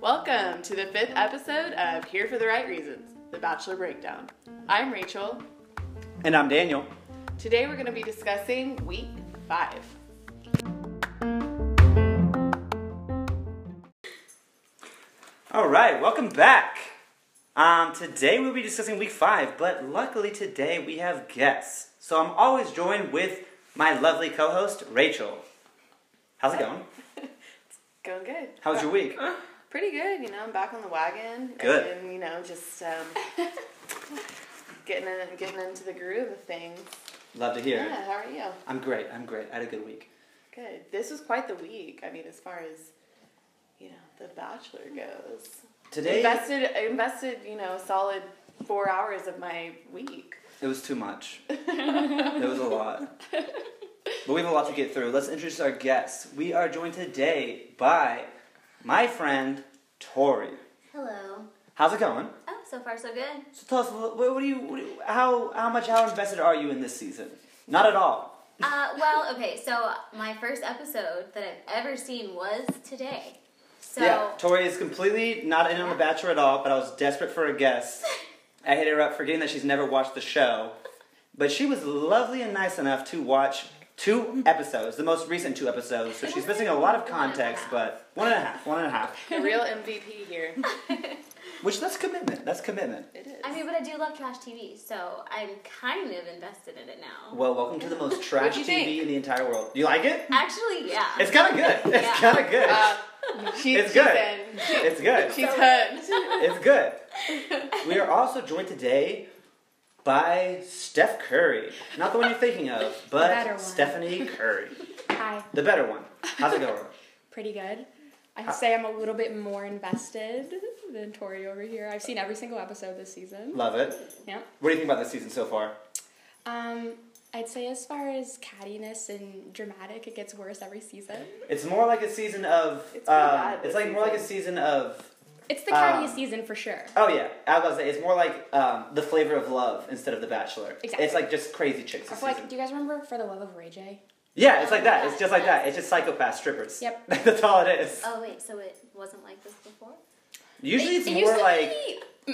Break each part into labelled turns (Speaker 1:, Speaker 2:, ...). Speaker 1: Welcome to the fifth episode of Here for the Right Reasons, the Bachelor Breakdown. I'm Rachel.
Speaker 2: And I'm Daniel.
Speaker 1: Today we're going to be discussing week five.
Speaker 2: All right, welcome back. Um, today we'll be discussing week five, but luckily today we have guests. So I'm always joined with my lovely co host, Rachel. How's it going?
Speaker 1: Going good.
Speaker 2: How was your week?
Speaker 1: Pretty good, you know. I'm back on the wagon.
Speaker 2: Good.
Speaker 1: And you know, just um, getting in, getting into the groove of things.
Speaker 2: Love to hear it.
Speaker 1: Yeah. How are you?
Speaker 2: I'm great, I'm great. I had a good week.
Speaker 1: Good. This was quite the week. I mean, as far as you know, The Bachelor goes.
Speaker 2: Today,
Speaker 1: invested I invested you know a solid four hours of my week.
Speaker 2: it was too much. it was a lot. But we have a lot to get through. Let's introduce our guests. We are joined today by my friend, Tori.
Speaker 3: Hello.
Speaker 2: How's it going?
Speaker 3: Oh, so far so good.
Speaker 2: So tell us, what, what do you, what do you- how, how much, how invested are you in this season? Not at all.
Speaker 3: Uh, well, okay, so my first episode that I've ever seen was today. So,
Speaker 2: Yeah, Tori is completely not in on The Bachelor at all, but I was desperate for a guest. I hit her up forgetting that she's never watched the show. But she was lovely and nice enough to watch two episodes, the most recent two episodes, so she's missing a lot of context, but one and a half, one and a half.
Speaker 1: The real MVP here.
Speaker 2: Which, that's commitment, that's commitment.
Speaker 1: It is.
Speaker 3: I mean, but I do love trash TV, so I'm kind of invested in it now.
Speaker 2: Well, welcome to the most trash
Speaker 1: What'd you
Speaker 2: TV
Speaker 1: think?
Speaker 2: in the entire world. You like it?
Speaker 3: Actually, yeah.
Speaker 2: It's kinda good. It's
Speaker 3: Yeah.
Speaker 2: kinda good.
Speaker 1: Uh, she,
Speaker 2: It's
Speaker 1: she's
Speaker 2: good.
Speaker 1: in. She-
Speaker 2: it's good.
Speaker 1: she's hooked.
Speaker 2: It's good. We are also joined today by Steph Curry. Not the one you're thinking of,
Speaker 4: better
Speaker 2: but
Speaker 4: one.
Speaker 2: Stephanie Curry.
Speaker 4: Hi,
Speaker 2: The better one. How's it going?
Speaker 4: pretty good. I have to say I'm a little bit more invested than Tori over here. I've seen every single episode this season.
Speaker 2: Love it.
Speaker 4: Yeah.
Speaker 2: What do you think about this season so far?
Speaker 4: Um, I'd say as far as cattiness and dramatic, it gets worse every season.
Speaker 2: It's more like a season of.
Speaker 1: It's pretty
Speaker 2: um,
Speaker 1: bad
Speaker 2: it's
Speaker 1: this
Speaker 2: like more like a
Speaker 1: season.
Speaker 2: season of.
Speaker 4: It's the cattiest
Speaker 2: Um,
Speaker 4: season for sure.
Speaker 2: Oh yeah, I was gonna say it's more like um, the flavor of love instead of The Bachelor.
Speaker 4: Exactly.
Speaker 2: It's like just crazy chicks. This
Speaker 4: I feel
Speaker 2: season.
Speaker 4: like, do you guys remember For the Love of Ray J?
Speaker 2: yeah, it's like that. It's just like that. It's just psychopath strippers.
Speaker 4: Yep. Uh,
Speaker 2: That's all it is.
Speaker 3: Oh, wait, so it wasn't like this before?
Speaker 2: Usually it's
Speaker 4: it
Speaker 2: more
Speaker 4: used
Speaker 2: like.
Speaker 4: to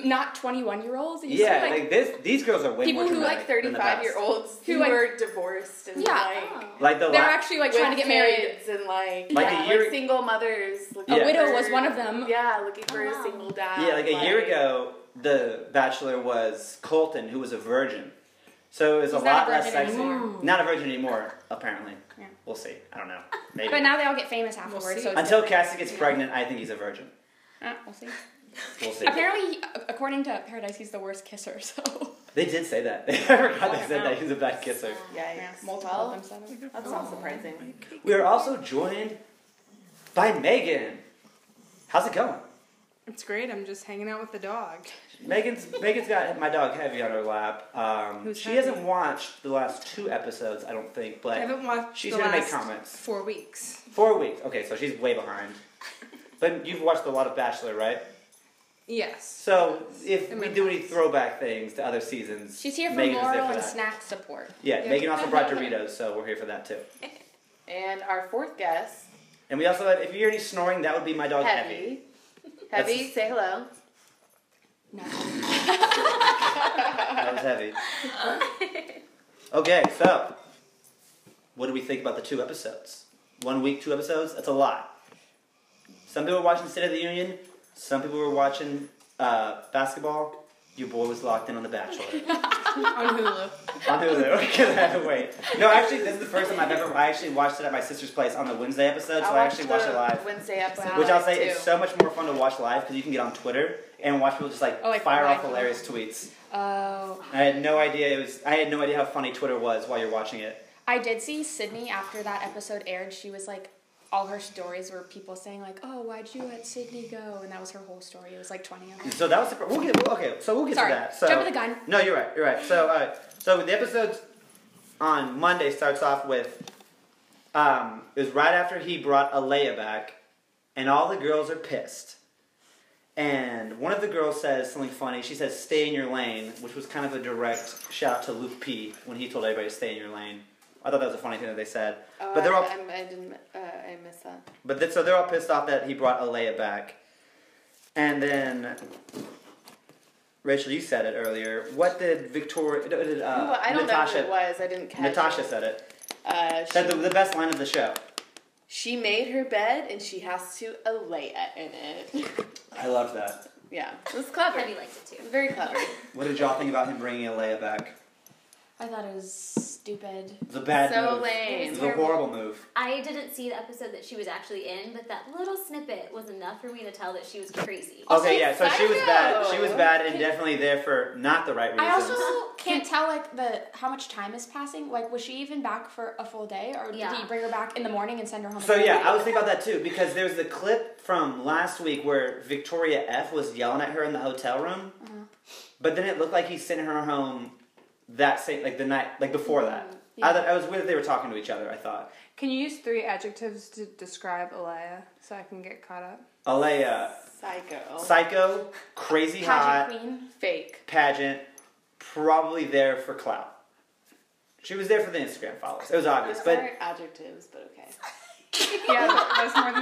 Speaker 4: be not 21 year olds. It used
Speaker 2: Yeah,
Speaker 4: to be
Speaker 2: like,
Speaker 4: like,
Speaker 2: this. These girls are way
Speaker 4: people
Speaker 2: more
Speaker 4: who,
Speaker 2: dramatic
Speaker 1: like
Speaker 2: than the
Speaker 1: 35
Speaker 2: Bachelor.
Speaker 1: year olds
Speaker 4: Who,
Speaker 1: who
Speaker 4: like-
Speaker 1: are divorced and
Speaker 4: Yeah.
Speaker 1: like
Speaker 3: Oh.
Speaker 2: Like the
Speaker 4: they were
Speaker 2: la-
Speaker 4: actually like trying to
Speaker 1: with
Speaker 4: get married.
Speaker 1: kids and like,
Speaker 2: Like a
Speaker 1: yeah,
Speaker 2: year-
Speaker 1: like single mothers. Looking
Speaker 2: A
Speaker 1: for-
Speaker 4: widow was one of them.
Speaker 1: Yeah, looking for
Speaker 3: Oh,
Speaker 1: a
Speaker 3: wow.
Speaker 1: single
Speaker 4: uh,
Speaker 1: dad.
Speaker 2: yeah, like a year ago, the Bachelor was Colton, who was a virgin. So it was
Speaker 4: He's
Speaker 2: a lot
Speaker 4: not a
Speaker 2: less
Speaker 4: virgin
Speaker 2: sexy.
Speaker 4: anymore.
Speaker 2: Not a virgin anymore, apparently.
Speaker 4: Yeah.
Speaker 2: We'll see. I don't know. Maybe.
Speaker 4: But now they all get famous afterwards.
Speaker 1: see.
Speaker 4: so it's
Speaker 2: Until Cassie gets pregnant, I think he's a virgin.
Speaker 4: uh, we'll see.
Speaker 2: We'll see.
Speaker 4: Apparently, he- according to Paradise, he's the worst kisser. So
Speaker 2: They did say that. I forgot they
Speaker 4: don't
Speaker 2: said
Speaker 4: know.
Speaker 2: that he's a bad kisser.
Speaker 1: Yikes.
Speaker 4: yeah, multiple
Speaker 1: Well,
Speaker 4: of them Oh. said it.
Speaker 1: That's not surprising.
Speaker 2: We are also joined by Megan. How's it going?
Speaker 5: It's great. I'm just hanging out with the dog.
Speaker 2: Megan's Megan's got my dog heavy on her lap. Um,
Speaker 5: Who's
Speaker 2: she
Speaker 5: Heavy?
Speaker 2: hasn't watched the last two episodes, I don't think, but
Speaker 5: I haven't watched.
Speaker 2: She's
Speaker 5: the
Speaker 2: gonna make
Speaker 5: last
Speaker 2: comments.
Speaker 5: Four weeks.
Speaker 2: Four weeks. Okay, so she's way behind. But you've watched a lot of Bachelor, right?
Speaker 5: Yes.
Speaker 2: So if
Speaker 5: In
Speaker 2: we
Speaker 5: my
Speaker 2: do any
Speaker 5: past.
Speaker 2: throwback things to other seasons,
Speaker 4: She's here for
Speaker 2: Megan is
Speaker 4: moral and
Speaker 2: that.
Speaker 4: snack support.
Speaker 2: Yeah,
Speaker 5: Yeah.
Speaker 2: Megan also brought Doritos, so we're here for that too.
Speaker 1: And our fourth guest,
Speaker 2: And we also have, if you hear any snoring, that would be my dog Heavy.
Speaker 1: Heavy.
Speaker 2: That's-
Speaker 1: Heavy, say hello.
Speaker 4: No.
Speaker 2: That was Heavy. okay, so what do we think about the two episodes? One week, two episodes? That's a lot. Some people were watching State of the Union, some people were watching uh, basketball. Your boy was locked in on The Bachelor.
Speaker 5: On Hulu.
Speaker 2: on Hulu because I had to wait. No, actually, this is the first time I've ever. I actually watched it at my sister's place on the Wednesday episode, so I,
Speaker 1: watched
Speaker 2: actually watched
Speaker 1: the
Speaker 2: it live.
Speaker 1: Wednesday episode.
Speaker 2: Which I'll say
Speaker 1: too.
Speaker 2: it's so much more fun to watch live because you can get on Twitter and watch people just like,
Speaker 4: Oh, like
Speaker 2: fire off
Speaker 4: live.
Speaker 2: hilarious tweets.
Speaker 4: Oh,
Speaker 2: I had no idea it was. I had no idea how funny Twitter was while you're watching it.
Speaker 4: I did see Sydney after that episode aired. She was like, all her stories were people saying like, "Oh, why'd you let Sydney go?" And that was her whole story. It was like twenty of them.
Speaker 2: So that was the. pr- We'll get. Okay, so we'll get
Speaker 4: Sorry,
Speaker 2: to that. So
Speaker 4: jump of the gun.
Speaker 2: No, you're right. You're right. So all right. So the episode on Monday starts off with. Um, it was right after he brought Alea back, and all the girls are pissed. And one of the girls says something funny. She says, "Stay in your lane," which was kind of a direct shout out to Luke P when he told everybody to stay in your lane. I thought that was a funny thing that they said.
Speaker 1: Oh,
Speaker 2: but they're
Speaker 1: I,
Speaker 2: all
Speaker 1: I'm- I didn't. Uh, I missed that.
Speaker 2: But th- so they're all pissed off that he brought Alea back. And then, Rachel, you said it earlier. What did Victoria? Did, uh,
Speaker 1: Well, I don't
Speaker 2: Natasha,
Speaker 1: know who it was. I didn't catch.
Speaker 2: Natasha
Speaker 1: it.
Speaker 2: said it.
Speaker 1: Uh,
Speaker 2: Said
Speaker 1: she,
Speaker 2: the, the best line of the show.
Speaker 1: she made her bed and she has to Alea in it.
Speaker 2: I loved that.
Speaker 1: yeah, it was clever.
Speaker 3: Teddy liked it too.
Speaker 1: Very clever.
Speaker 2: What did y'all think about him bringing Alea back?
Speaker 4: I thought it was stupid.
Speaker 2: It's a bad
Speaker 1: so
Speaker 2: move.
Speaker 1: lame.
Speaker 2: It's
Speaker 3: It
Speaker 2: a
Speaker 3: Terrible.
Speaker 2: horrible move.
Speaker 3: I didn't see the episode that she was actually in, but that little snippet was enough for me to tell that she was crazy.
Speaker 2: Okay, yeah. So she was bad.
Speaker 1: psycho.
Speaker 2: She was bad and definitely there for not the right reasons.
Speaker 4: I also can't tell like the how much time is passing. Like, was she even back for a full day, or
Speaker 3: Yeah.
Speaker 4: did he bring her back in the morning and send her home?
Speaker 2: So
Speaker 4: at
Speaker 2: yeah,
Speaker 4: night?
Speaker 2: I was thinking about that too because there's the clip from last week where Victoria F was yelling at her in the hotel room,
Speaker 4: Mm-hmm.
Speaker 2: but then it looked like he sent her home that same like the night like before that. I
Speaker 4: Mm-hmm. Yeah.
Speaker 2: thought I was weird that they were talking to each other. I thought
Speaker 5: Can you use three adjectives to describe Alea so I can get caught up?
Speaker 2: Alea,
Speaker 1: Psycho.
Speaker 2: psycho, crazy hot,
Speaker 4: pageant queen.
Speaker 1: Fake.
Speaker 2: pageant, probably there for clout. She was there for the Instagram followers. It was obvious,
Speaker 1: Those
Speaker 2: but
Speaker 1: are adjectives, but okay.
Speaker 5: Yeah, that's more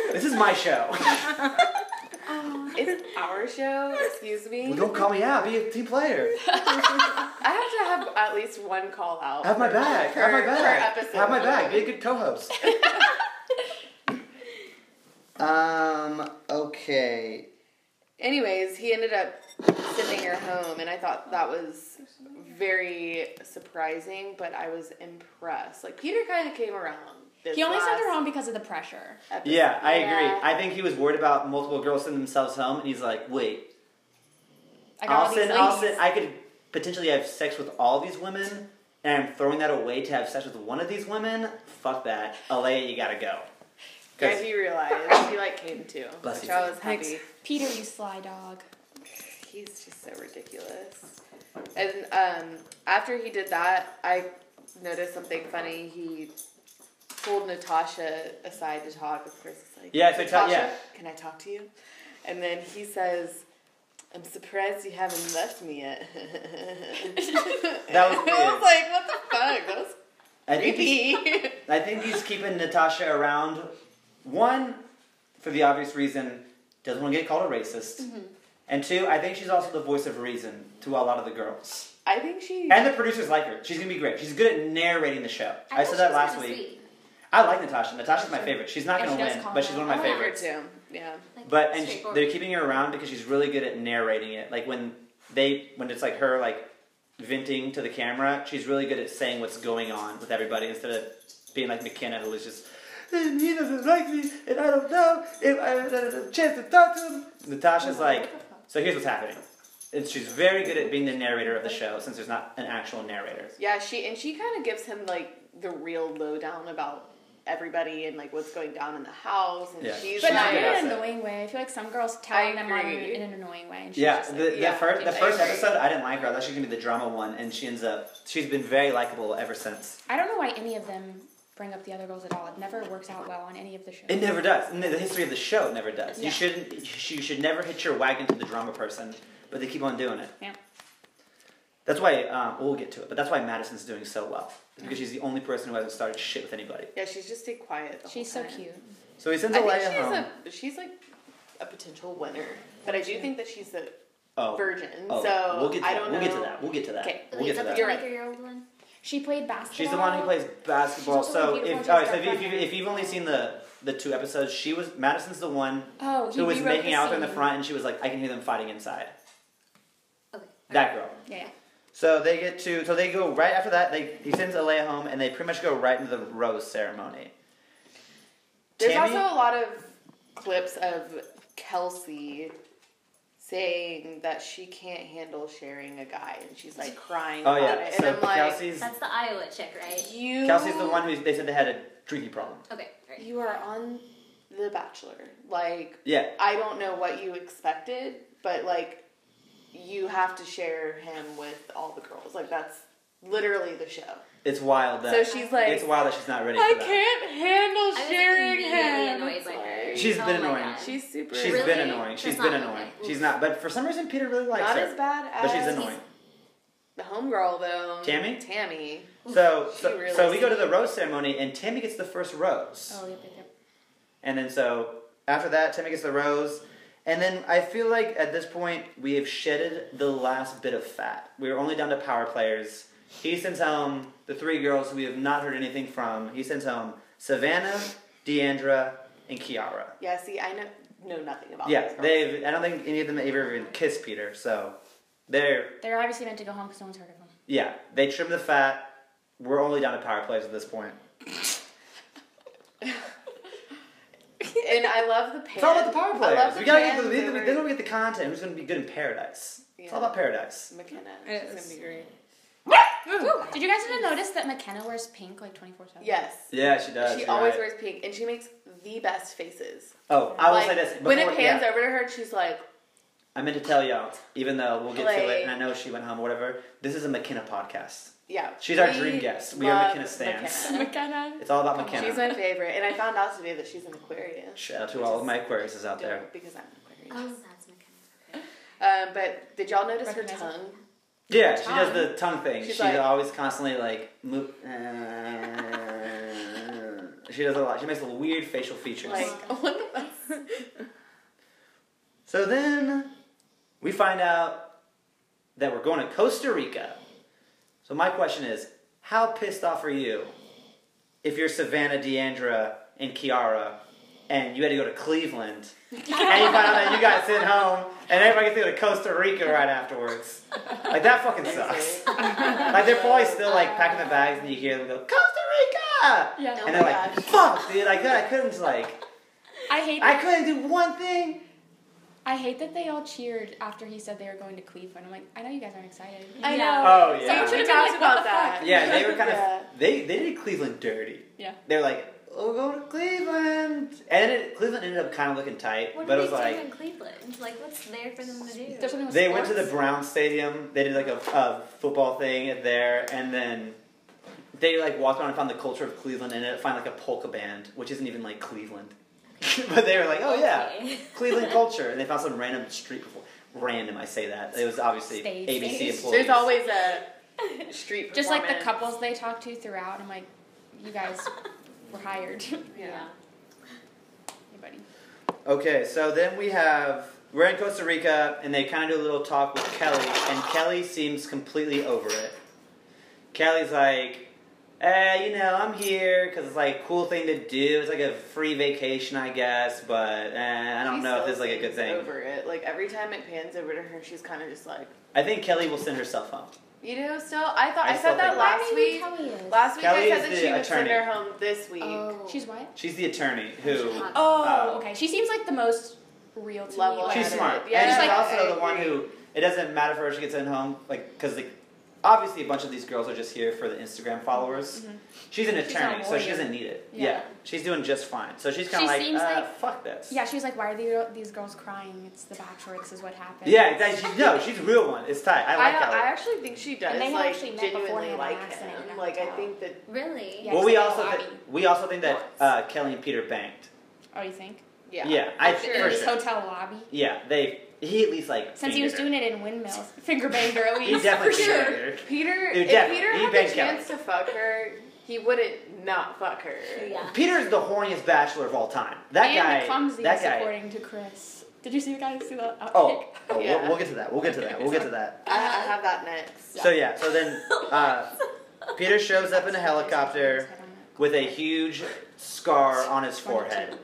Speaker 5: than.
Speaker 2: this is my show.
Speaker 4: Oh.
Speaker 1: It's our show. Excuse me.
Speaker 2: well, don't call me out. Be a team player.
Speaker 1: I have to have at least one call out.
Speaker 2: Have my back. Have my
Speaker 1: Per-
Speaker 2: back.
Speaker 1: per episode.
Speaker 2: Have my back. Be a good co-host. um. Okay.
Speaker 1: Anyways, he ended up sending her home, and I thought that was very surprising, but I was impressed. Like, Peter kind of came around. this
Speaker 4: He only sent her
Speaker 1: last
Speaker 4: home because of the pressure.
Speaker 1: episode.
Speaker 2: Yeah, I agree.
Speaker 3: Yeah.
Speaker 2: I think he was worried about multiple girls sending themselves home, and he's like, "Wait,
Speaker 4: I got
Speaker 2: I'll
Speaker 4: all these
Speaker 2: send. I'll
Speaker 4: ladies.
Speaker 2: send. I could potentially have sex with all these women, and I'm throwing that away to have sex with one of these women. Fuck that, Alea, you gotta go."
Speaker 1: Yeah,
Speaker 2: 'Cause-
Speaker 1: he realized. He, like, came to,
Speaker 2: Bless
Speaker 1: which
Speaker 2: you.
Speaker 1: I was happy.
Speaker 4: Peter, you sly dog.
Speaker 1: He's just so ridiculous. And um, after he did that, I noticed something funny. He pulled Natasha aside to talk. Of course, it's like,
Speaker 2: Yeah, so tell-
Speaker 1: "Natasha,
Speaker 2: yeah.
Speaker 1: can I talk to you? And then he says, I'm surprised you haven't left me yet.
Speaker 2: that was
Speaker 1: I was
Speaker 2: weird.
Speaker 1: like, what the fuck? That was
Speaker 2: I think he's-
Speaker 1: creepy.
Speaker 2: I think he's keeping Natasha around. One, for the obvious reason, doesn't want to get called a racist.
Speaker 4: Mm-hmm.
Speaker 2: And two, I think she's also the voice of reason to a lot of the girls.
Speaker 1: I think she.
Speaker 2: And the producers like her. She's gonna be great. She's good at narrating the show. I,
Speaker 3: thought
Speaker 2: said
Speaker 3: she
Speaker 2: that
Speaker 3: was
Speaker 2: last
Speaker 3: kinda
Speaker 2: week.
Speaker 3: sweet.
Speaker 2: I like Natasha. Natasha's my favorite. She's not
Speaker 4: And
Speaker 2: gonna
Speaker 4: she does
Speaker 2: win,
Speaker 4: call
Speaker 2: but
Speaker 4: her
Speaker 2: she's one of
Speaker 4: out. Oh,
Speaker 2: my
Speaker 1: I like her
Speaker 2: favorites.
Speaker 1: too. Yeah.
Speaker 3: Like,
Speaker 2: But and she,
Speaker 3: straightforward.
Speaker 2: they're keeping her around because she's really good at narrating it. Like when they when it's like her like venting to the camera, she's really good at saying what's going on with everybody instead of being like McKenna who was just "And he doesn't like me and I don't know if I had a chance to talk to him. Natasha's like, so here's what's happening. And she's very good at being the narrator of the show since there's not an actual narrator.
Speaker 1: Yeah, she and she kind of gives him like the real lowdown about everybody and like what's going down in the house, and
Speaker 2: Yeah.
Speaker 1: she's
Speaker 4: But
Speaker 2: She's
Speaker 4: not
Speaker 1: like,
Speaker 4: in
Speaker 2: good at
Speaker 4: an
Speaker 2: it.
Speaker 4: annoying way. I feel like some girls
Speaker 1: I
Speaker 4: telling them on
Speaker 1: agree.
Speaker 4: in an annoying way. And she's
Speaker 2: Yeah,
Speaker 4: just
Speaker 2: the,
Speaker 4: like,
Speaker 2: the,
Speaker 1: yeah,
Speaker 2: first, the
Speaker 1: I
Speaker 2: first
Speaker 1: agree.
Speaker 2: episode, I didn't like her. I thought she was going to be the drama one, and she ends up, she's been very likable ever since.
Speaker 4: I don't know why any of them bring up the other girls at all. It never works out well on any of the shows.
Speaker 2: It never does. And the the history of the show never does. You
Speaker 4: Yeah.
Speaker 2: shouldn't. You should never hitch your wagon to the drama person, but they keep on doing it.
Speaker 4: Yeah.
Speaker 2: That's why um, we'll get to it. But that's why Madison's doing so well. It's because she's the only person who hasn't started shit with anybody.
Speaker 1: yeah, she's just stay quiet. The
Speaker 4: She's
Speaker 1: whole
Speaker 4: so
Speaker 1: time.
Speaker 4: cute.
Speaker 2: So he sends
Speaker 1: I
Speaker 2: Alea
Speaker 1: think she's
Speaker 2: home.
Speaker 1: a she's like a potential winner, but I do think that she's a
Speaker 2: oh,
Speaker 1: virgin.
Speaker 2: oh,
Speaker 1: so
Speaker 2: we'll get to
Speaker 1: I
Speaker 2: that.
Speaker 1: don't
Speaker 2: We'll
Speaker 1: know.
Speaker 2: get to that. We'll get to that.
Speaker 1: Okay.
Speaker 2: We'll
Speaker 3: Wait,
Speaker 2: get
Speaker 3: is
Speaker 2: to that.
Speaker 3: that the
Speaker 1: You're right.
Speaker 3: 23 year old one?
Speaker 4: She played basketball.
Speaker 2: She's the one who plays basketball.
Speaker 4: She's also
Speaker 2: So
Speaker 4: the
Speaker 2: if
Speaker 4: beautiful
Speaker 2: all right, so if, you,
Speaker 4: Jessica
Speaker 2: if, you, if you've only seen the the two episodes, she was Madison's the one
Speaker 4: Oh, he
Speaker 2: who was
Speaker 4: rewrote
Speaker 2: making
Speaker 4: the
Speaker 2: out with her in the
Speaker 4: scene.
Speaker 2: front, and she was like, "I can hear them fighting inside."
Speaker 3: Okay.
Speaker 2: That girl.
Speaker 4: Yeah, yeah.
Speaker 2: So they get to so they go right after that. They he sends Alea home, and they pretty much go right into the rose ceremony.
Speaker 1: There's
Speaker 2: Tammy?
Speaker 1: also a lot of clips of Kelsey saying that she can't handle sharing a guy, and she's like crying
Speaker 2: Oh
Speaker 1: about
Speaker 2: yeah,
Speaker 1: it,
Speaker 2: so
Speaker 1: and I'm like,
Speaker 2: Kelsey's
Speaker 3: That's the Iowa chick, right?
Speaker 1: you
Speaker 2: Kelsey's the one who they said they had a drinking problem.
Speaker 3: Okay. all right.
Speaker 1: You are on The Bachelor. Like,
Speaker 2: Yeah,
Speaker 1: I don't know what you expected, but like, you have to share him with all the girls. Like, that's literally the show.
Speaker 2: it's wild that
Speaker 1: so she's like,
Speaker 2: it's wild that she's not ready
Speaker 1: I
Speaker 2: for that.
Speaker 1: can't handle
Speaker 3: I was
Speaker 1: sharing
Speaker 3: immediately
Speaker 1: him.
Speaker 3: annoyed
Speaker 1: It's
Speaker 3: by her.
Speaker 1: like-
Speaker 2: She's
Speaker 3: Oh
Speaker 2: been
Speaker 3: my
Speaker 2: annoying.
Speaker 3: God.
Speaker 1: she's super.
Speaker 2: She's
Speaker 3: Really?
Speaker 2: been annoying. She's
Speaker 3: That's
Speaker 2: been
Speaker 3: not
Speaker 2: annoying.
Speaker 3: okay.
Speaker 2: She's not. But for some reason, Peter really likes
Speaker 1: not
Speaker 2: her.
Speaker 1: as bad as.
Speaker 2: but she's annoying.
Speaker 1: the homegirl though.
Speaker 2: Tammy?
Speaker 1: Tammy.
Speaker 2: So,
Speaker 1: She
Speaker 2: so,
Speaker 1: really
Speaker 2: so we go to the rose ceremony, and Tammy gets the first rose.
Speaker 4: Oh, yep, yep, yep.
Speaker 2: And then so after that, Timmy gets the rose. And then I feel like at this point we have shedded the last bit of fat. We are only down to power players. He sends home the three girls who we have not heard anything from. He sends home Savannah, Deandra, and Kiara.
Speaker 1: Yeah, see, I know know nothing about
Speaker 2: Yeah,
Speaker 1: these girls.
Speaker 2: they've. I don't think any of them have ever even kissed Peter. So they're
Speaker 4: They're obviously meant to go home because no one's heard of them.
Speaker 2: yeah. They trim the fat. We're only down to power players at this point.
Speaker 1: And I love the pan.
Speaker 2: It's all about the
Speaker 1: I
Speaker 2: power
Speaker 1: love
Speaker 2: players.
Speaker 1: the
Speaker 2: we gotta get
Speaker 1: pans
Speaker 2: the,
Speaker 1: over
Speaker 2: then we get the content. Who's gonna be good in paradise? It's all
Speaker 1: Yeah.
Speaker 2: about paradise.
Speaker 1: McKenna.
Speaker 5: It
Speaker 1: It's
Speaker 5: is.
Speaker 1: gonna be great.
Speaker 4: Ooh, did you guys even notice that McKenna wears pink like 24 7?
Speaker 1: Yes.
Speaker 2: Yeah, she does.
Speaker 1: she
Speaker 2: you're
Speaker 1: always
Speaker 2: right.
Speaker 1: wears pink, and she makes the best faces.
Speaker 2: Oh, I will
Speaker 1: Like,
Speaker 2: say this. Before,
Speaker 1: when it pans
Speaker 2: yeah,
Speaker 1: over to her, she's like,
Speaker 2: I meant to tell y'all, even though we'll get to
Speaker 1: Like-
Speaker 2: it, and I know she went home or whatever, this is a McKenna podcast.
Speaker 1: "Yeah."
Speaker 2: She's our
Speaker 1: we
Speaker 2: dream guest. We are
Speaker 1: love
Speaker 2: McKenna stans.
Speaker 1: McKenna.
Speaker 4: McKenna.
Speaker 2: It's all about McKenna.
Speaker 1: Oh, She's my favorite, and I found out today that she's an Aquarius.
Speaker 2: Shout out to all of my Aquariuses out there.
Speaker 1: Because I'm an
Speaker 3: Oh,
Speaker 1: Aquarius.
Speaker 3: that's McKenna.
Speaker 1: Um, but did y'all notice her
Speaker 4: Oh. Recognize it.
Speaker 1: tongue?
Speaker 2: Yeah, she does the tongue thing.
Speaker 1: She's
Speaker 2: She's,
Speaker 1: like-
Speaker 2: always constantly like, move. she does a lot. She makes little weird facial features.
Speaker 1: Like, what the
Speaker 2: So then we find out that we're going to Costa Rica. So my question is, how pissed off are you if you're Savannah, Deandra, and Kiara, and you had to go to Cleveland, and you found out that you got sent home, and everybody gets to go to Costa Rica right afterwards? Like that fucking sucks. like they're probably still like packing the bags, and you hear them go Costa Rica,
Speaker 4: Yeah.
Speaker 1: Oh
Speaker 2: and they're
Speaker 1: my
Speaker 2: like,
Speaker 1: gosh.
Speaker 2: "Fuck, dude! Like I couldn't like
Speaker 4: I hate
Speaker 2: I couldn't do one thing."
Speaker 4: I hate that they all cheered after he said they were going to Cleveland. I'm like, I know you guys aren't excited.
Speaker 1: I
Speaker 3: Yeah.
Speaker 1: know.
Speaker 2: Oh yeah.
Speaker 1: Someone
Speaker 4: should've
Speaker 1: should have
Speaker 4: been
Speaker 1: talked
Speaker 4: like, what
Speaker 1: about
Speaker 4: the
Speaker 1: that.
Speaker 2: Yeah, they were kind of
Speaker 1: Yeah.
Speaker 2: they they did Cleveland dirty.
Speaker 4: Yeah.
Speaker 2: They were like, "Oh, go to Cleveland," and it, Cleveland ended up kind of looking tight,
Speaker 3: What
Speaker 2: but
Speaker 3: do
Speaker 2: it
Speaker 3: they
Speaker 2: was
Speaker 3: do
Speaker 2: like
Speaker 3: in Cleveland? Like, what's there for them to do?
Speaker 4: There's something with
Speaker 2: they went to the
Speaker 4: sports.
Speaker 2: Brown Stadium. They did like a, a football thing there, and then they like walked around and found the culture of Cleveland, and ended up finding like a polka band, which isn't even like Cleveland, but they were like, "Oh yeah,
Speaker 3: Okay.
Speaker 2: Cleveland culture," and they found some random street before. Random, I say that it was obviously
Speaker 4: Stage.
Speaker 2: ABC
Speaker 4: Stage.
Speaker 2: employees.
Speaker 1: There's always a street.
Speaker 4: Just like the
Speaker 1: performance.
Speaker 4: couples they talked to throughout. I'm like, you guys were hired. hey,
Speaker 1: Yeah.
Speaker 4: buddy.
Speaker 2: Okay, so then we have we're in Costa Rica, and they kind of do a little talk with Kelly, and Kelly seems completely over it. Kelly's like, "Eh, you know, I'm here because it's like a cool thing to do. It's like a free vacation, I guess, but eh, I don't
Speaker 1: She
Speaker 2: know if
Speaker 1: still
Speaker 2: this is like a good
Speaker 1: seems
Speaker 2: thing."
Speaker 1: Over it, like every time it pans over to her, she's kind of just like,
Speaker 2: I think Kelly will send herself home.
Speaker 1: you know. Still, I thought
Speaker 2: I
Speaker 1: I,
Speaker 2: still
Speaker 1: said that
Speaker 2: think
Speaker 1: last week. Last week
Speaker 2: Kelly
Speaker 1: I
Speaker 2: is
Speaker 1: said
Speaker 2: the
Speaker 1: that she would send
Speaker 2: attorney.
Speaker 1: her home this week.
Speaker 3: Oh.
Speaker 4: She's what?
Speaker 2: She's the attorney who
Speaker 4: Oh,
Speaker 2: Uh,
Speaker 4: okay. She seems like the most real to
Speaker 1: Level
Speaker 4: me.
Speaker 2: she's
Speaker 1: at it.
Speaker 2: smart,
Speaker 1: Yeah,
Speaker 2: and she's
Speaker 4: like,
Speaker 2: also
Speaker 1: I
Speaker 2: the one
Speaker 1: agree.
Speaker 2: who it doesn't matter for her if she gets sent home, like because like obviously a bunch of these girls are just here for the Instagram followers. She's an
Speaker 4: Mm-hmm. She's
Speaker 2: attorney,
Speaker 4: not a
Speaker 2: so she
Speaker 4: lawyer.
Speaker 2: doesn't need it. Yeah.
Speaker 4: Yeah.
Speaker 2: She's doing just fine. So she's kind
Speaker 4: She
Speaker 2: of like,
Speaker 4: seems
Speaker 2: uh,
Speaker 4: like-
Speaker 2: fuck this.
Speaker 4: Yeah, she was like, why are the- these girls crying? It's The Bachelor. This is what happened.
Speaker 2: Yeah, exactly. She's, no, she's a real one. It's tight. I
Speaker 1: I,
Speaker 2: like Kelly.
Speaker 1: I actually think she does
Speaker 4: And they have
Speaker 1: like
Speaker 4: actually met
Speaker 1: genuinely
Speaker 4: beforehand by
Speaker 1: like
Speaker 4: accident,
Speaker 1: him.
Speaker 4: you
Speaker 1: Like
Speaker 4: can
Speaker 1: I
Speaker 4: tell.
Speaker 1: think that
Speaker 3: Really?
Speaker 4: Yeah.
Speaker 2: well, we
Speaker 4: Actually,
Speaker 2: also
Speaker 4: Lottie
Speaker 2: think, we also think that
Speaker 4: wants.
Speaker 2: uh, Kelly and Peter banked.
Speaker 4: Oh, you think?
Speaker 1: yeah.
Speaker 2: Yeah, I
Speaker 1: for
Speaker 4: In
Speaker 1: sure.
Speaker 4: this hotel lobby?
Speaker 2: Yeah, they he at least like
Speaker 4: Since he was doing it in windmills. Finger banged her at
Speaker 2: He
Speaker 4: least.
Speaker 2: definitely
Speaker 1: For sure.
Speaker 2: fingered her.
Speaker 1: Peter,
Speaker 2: Dude,
Speaker 1: if
Speaker 2: definitely.
Speaker 1: Peter
Speaker 2: He
Speaker 1: had
Speaker 2: begged
Speaker 1: the chance to fuck her, he wouldn't not fuck her.
Speaker 3: Yeah.
Speaker 2: Peter is the horniest bachelor of all time. That
Speaker 4: and
Speaker 2: guy.
Speaker 4: the clumsiness,
Speaker 2: that guy.
Speaker 4: according to Chris. Did you see the guy see the outfit?
Speaker 2: Oh, oh we'll-
Speaker 1: Yeah.
Speaker 2: we'll, get to that. We'll get to that. We'll get to that.
Speaker 1: I, I have that next.
Speaker 2: So yeah, so then uh, Peter shows up in a helicopter with a huge scar on his forehead.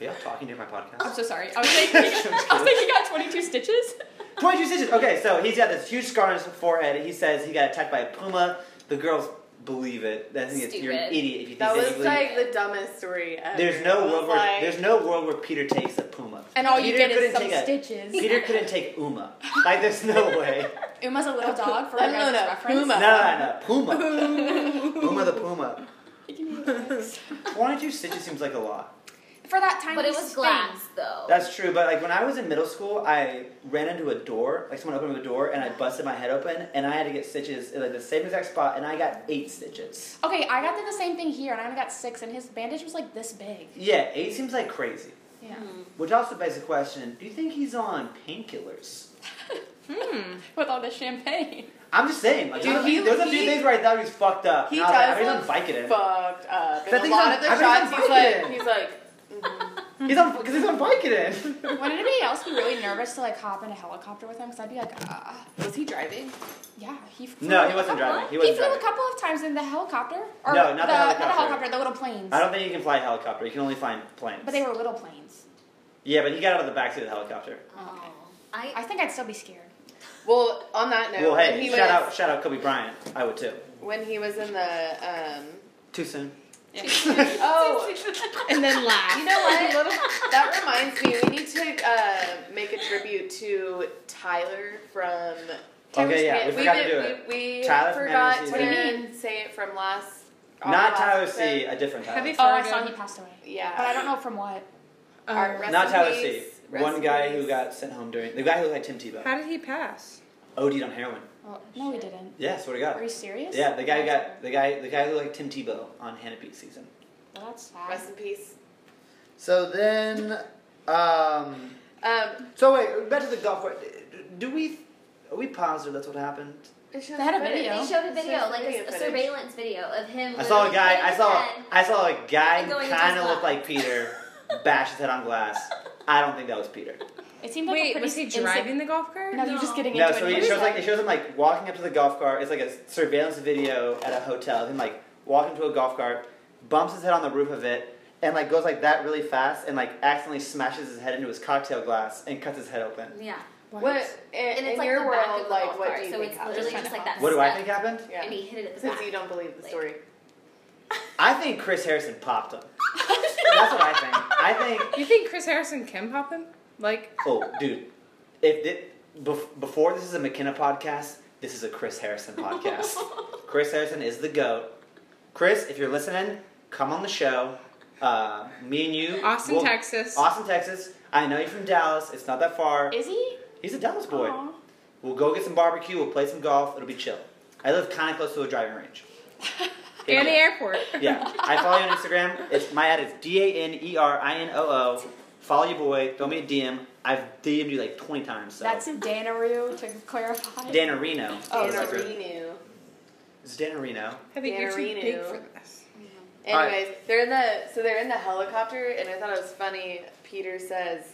Speaker 2: Are y'all talking during my
Speaker 4: I'm
Speaker 2: podcast?
Speaker 4: so sorry. I was like, I was like, he got 22 stitches.
Speaker 2: 22 stitches. Okay, so he's got this huge scar on his forehead. He says he got attacked by a puma. The girls believe it. They think it's, you're an
Speaker 3: Stupid.
Speaker 2: idiot if you think
Speaker 1: That
Speaker 2: that you
Speaker 1: was
Speaker 2: believe
Speaker 1: like the dumbest story ever.
Speaker 2: There's no
Speaker 1: I was
Speaker 2: world where
Speaker 1: like,
Speaker 2: there's no world where Peter takes a puma.
Speaker 4: And all you
Speaker 2: Peter
Speaker 4: get is
Speaker 2: couldn't
Speaker 4: some
Speaker 2: take a-
Speaker 4: stitches.
Speaker 2: Peter couldn't take Uma. Like there's no way.
Speaker 4: Uma's a little dog for
Speaker 1: No,
Speaker 4: a
Speaker 1: no,
Speaker 4: guys'
Speaker 1: no,
Speaker 4: reference.
Speaker 2: No,
Speaker 1: Puma.
Speaker 2: no, no. Puma. Puma the Puma. Why don't you stitches seems like a lot.
Speaker 4: For that time,
Speaker 3: But it
Speaker 4: he
Speaker 3: was
Speaker 4: spent-
Speaker 3: glass, though.
Speaker 2: That's true, but like when I was in middle school, I ran into a door, like someone opened up a door, and I busted my head open, and I had to get stitches in like the same exact spot, and I got eight stitches.
Speaker 4: Okay, I got the same thing here, and I only got six, and his bandage was like this big.
Speaker 2: Yeah, eight seems like crazy.
Speaker 4: Yeah.
Speaker 3: Mm-hmm.
Speaker 2: Which also begs the question: Do you think he's on painkillers?
Speaker 4: with all the champagne.
Speaker 2: I'm just saying. Like,
Speaker 1: Dude,
Speaker 2: there was-
Speaker 1: he-
Speaker 2: there was a few
Speaker 1: he-
Speaker 2: days where I thought he was fucked up.
Speaker 1: He
Speaker 2: and I was like,
Speaker 1: does look
Speaker 2: I mean, he's on Vicodin.
Speaker 1: fucked up.
Speaker 2: That
Speaker 1: And a
Speaker 2: thing's
Speaker 1: lot
Speaker 2: on-
Speaker 1: of the
Speaker 2: I think
Speaker 1: shots,
Speaker 2: it's
Speaker 1: he's
Speaker 2: on
Speaker 1: like,
Speaker 2: Vicodin.
Speaker 1: he's like,
Speaker 2: He's on because he's on Vicodin.
Speaker 4: Would anybody else be really nervous to like hop in a helicopter with him? Because I'd be like, ah.
Speaker 1: was he driving?
Speaker 4: Yeah, he. Flew
Speaker 2: no, he wasn't driving. He wasn't
Speaker 4: flew
Speaker 2: driving.
Speaker 4: a couple of times in the helicopter. Or
Speaker 2: No, not the
Speaker 4: Not
Speaker 2: helicopter.
Speaker 4: the helicopter, the little planes.
Speaker 2: I don't think you can fly a helicopter. You can only fly in planes.
Speaker 4: But they were little planes.
Speaker 2: yeah, but he got out of the backseat of the helicopter.
Speaker 3: Oh.
Speaker 4: I
Speaker 3: I,
Speaker 4: think I'd still be scared.
Speaker 1: Well, on that note,
Speaker 2: well,
Speaker 1: when
Speaker 2: hey,
Speaker 1: he
Speaker 2: shout
Speaker 1: was
Speaker 2: out, shout out Kobe Bryant. I would too.
Speaker 1: when he was in the um.
Speaker 2: Too soon.
Speaker 1: Oh,
Speaker 6: and then laugh.
Speaker 1: you know what? that reminds me. We need to uh, make a tribute to Tyler from.
Speaker 4: Taylor
Speaker 2: okay, yeah, we
Speaker 1: we
Speaker 2: forgot
Speaker 1: did,
Speaker 2: to do it.
Speaker 1: We, we
Speaker 2: Tyler from
Speaker 1: forgot
Speaker 2: NBC.
Speaker 1: to
Speaker 2: What do
Speaker 4: you
Speaker 1: say it from last. on
Speaker 2: Not
Speaker 1: the last
Speaker 2: Tyler C,
Speaker 1: episode.
Speaker 2: a different Tyler.
Speaker 5: Have you
Speaker 4: Oh, I
Speaker 5: Fargo.
Speaker 4: saw he passed away.
Speaker 1: Yeah,
Speaker 4: But I don't know from what.
Speaker 5: Um,
Speaker 1: Our rest-
Speaker 2: Not
Speaker 1: in
Speaker 2: Tyler C.
Speaker 1: peace. Rest
Speaker 2: One
Speaker 1: in
Speaker 2: guy who
Speaker 1: peace.
Speaker 2: got sent home during the guy who had Tim Tebow.
Speaker 5: how did he pass?
Speaker 2: OD'd on heroin.
Speaker 4: Well, no, we didn't.
Speaker 2: Yeah, swear to
Speaker 4: Are
Speaker 2: God.
Speaker 4: you serious?
Speaker 2: Yeah, the guy who got the guy the guy who liked Tim Tebow on Hannah Beat season.
Speaker 4: Well, that's sad.
Speaker 1: Rest in peace.
Speaker 2: So then, um,
Speaker 1: Um,
Speaker 2: so wait, back to the golf course. Do we? Are we positive that's what happened?
Speaker 1: it shows
Speaker 4: They had a
Speaker 1: footage.
Speaker 4: video.
Speaker 3: they showed a
Speaker 1: It's
Speaker 3: video,
Speaker 1: just
Speaker 3: like
Speaker 1: video
Speaker 3: a, a
Speaker 1: footage.
Speaker 3: surveillance video of him.
Speaker 2: I saw a
Speaker 3: literally
Speaker 2: guy. I
Speaker 3: hitting
Speaker 2: saw.
Speaker 3: his head.
Speaker 2: I saw a guy
Speaker 3: And going into
Speaker 2: kind
Speaker 3: his
Speaker 2: of looked
Speaker 3: glass.
Speaker 2: like Peter, bash his head on glass. I don't think that was Peter.
Speaker 4: It seemed like a
Speaker 5: Wait,
Speaker 4: pretty
Speaker 5: was he
Speaker 4: innocent-
Speaker 5: driving the golf cart?
Speaker 4: No, you're just getting
Speaker 2: No,
Speaker 4: into
Speaker 2: so
Speaker 4: it.
Speaker 2: he shows like it shows him like walking up to the golf cart. It's like a surveillance video at a hotel. Him like walking to a golf cart, bumps his head on the roof of it, and like goes like that really fast, and like accidentally smashes his head into his cocktail glass and cuts his head open.
Speaker 3: Yeah.
Speaker 1: What in,
Speaker 3: And it's
Speaker 1: in
Speaker 3: like
Speaker 1: your
Speaker 3: the
Speaker 1: world?
Speaker 3: back of the
Speaker 1: like
Speaker 3: golf
Speaker 1: what
Speaker 3: cart,
Speaker 1: do you
Speaker 3: so
Speaker 1: think
Speaker 3: it's
Speaker 1: happened?
Speaker 3: literally
Speaker 4: Just
Speaker 3: just
Speaker 4: kinda
Speaker 3: like that.
Speaker 2: What do I
Speaker 3: step,
Speaker 2: think happened?
Speaker 1: Yeah.
Speaker 3: And he hit it at the
Speaker 1: Since
Speaker 3: back.
Speaker 1: you don't believe the
Speaker 3: Like-
Speaker 1: story,
Speaker 2: I think Chris Harrison popped him. That's what I think. I think.
Speaker 5: You think Chris Harrison can pop him? Like,
Speaker 2: Oh, dude, if thi- bef- before this is a McKenna podcast, this is a Chris Harrison podcast. Chris Harrison is the goat. Chris, if you're listening, come on the show. Uh, me and you,
Speaker 5: Austin,
Speaker 2: will-
Speaker 5: Texas.
Speaker 2: Austin, Texas. I know you're from Dallas. It's not that far.
Speaker 4: Is he?
Speaker 2: He's a Dallas boy.
Speaker 4: Aw.
Speaker 2: We'll go get some barbecue. We'll play some golf. It'll be chill. I live kind of close to a driving range. Hit
Speaker 5: and the
Speaker 2: me up.
Speaker 5: airport.
Speaker 2: Yeah, I follow you on Instagram. It's my ad is D A N E R I N O O. Follow your boy. Throw me a DM. I've DM'd you like twenty times. So
Speaker 4: That's Danaroo to clarify.
Speaker 2: Danarino.
Speaker 4: Oh,
Speaker 1: and
Speaker 4: it's
Speaker 2: Like,
Speaker 1: already knew.
Speaker 2: It's Danarino.
Speaker 5: I think you're too
Speaker 1: Danarino.
Speaker 5: big for this.
Speaker 2: All right.
Speaker 1: Anyways, they're in the so they're in the helicopter, and I thought it was funny. Peter says,